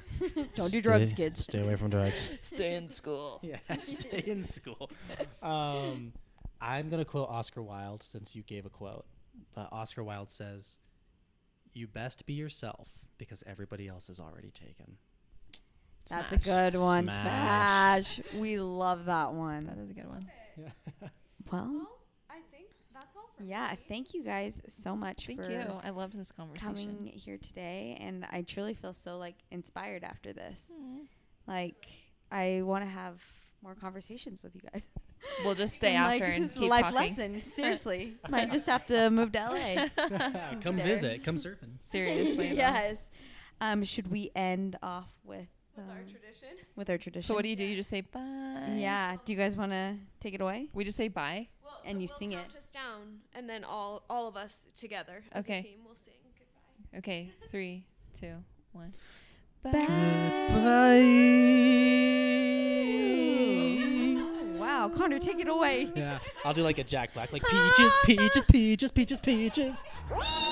Speaker 1: don't do drugs,
Speaker 3: Stay-
Speaker 1: kids.
Speaker 3: Stay away from drugs.
Speaker 2: Stay in school.
Speaker 3: yeah. Stay in school. Um, I'm gonna quote Oscar Wilde since you gave a quote. But Oscar Wilde says, "You best be yourself because everybody else is already taken."
Speaker 1: That's a good one.
Speaker 3: Smash.
Speaker 1: Smash. We love that
Speaker 2: That
Speaker 1: one.
Speaker 2: is a good one.
Speaker 1: Well,
Speaker 4: i think that's all
Speaker 1: yeah. Thank you guys so much
Speaker 2: Thank
Speaker 1: for
Speaker 2: you. I loved this
Speaker 1: coming
Speaker 2: conversation.
Speaker 1: here today, and I truly feel so like inspired after this.
Speaker 2: Aw.
Speaker 1: Like I want to have more conversations with you guys.
Speaker 2: We'll just stay
Speaker 1: And,
Speaker 2: after
Speaker 1: like,
Speaker 2: and
Speaker 1: this is a
Speaker 2: keep
Speaker 1: life
Speaker 2: talking.
Speaker 1: lesson. Seriously, might just have to move to LA.
Speaker 3: come
Speaker 1: There.
Speaker 3: visit. Come surfing.
Speaker 2: Seriously. though.
Speaker 1: yes. Um, should we end off with
Speaker 4: With our
Speaker 1: um,
Speaker 4: tradition.
Speaker 1: with our tradition?
Speaker 2: So what do you do? You just say bye.
Speaker 1: Yeah. Do you guys want to take it away?
Speaker 2: We just say bye.
Speaker 4: Well,
Speaker 1: And you
Speaker 4: we'll
Speaker 1: sing
Speaker 4: count us down, and then all all of us together as
Speaker 2: Okay.
Speaker 4: a team will sing goodbye.
Speaker 2: Okay. Three, two, one.
Speaker 1: Wow, Connor, take it away.
Speaker 6: Yeah, I'll do like a Jack Black, like peaches, peaches, peaches, peaches, peaches.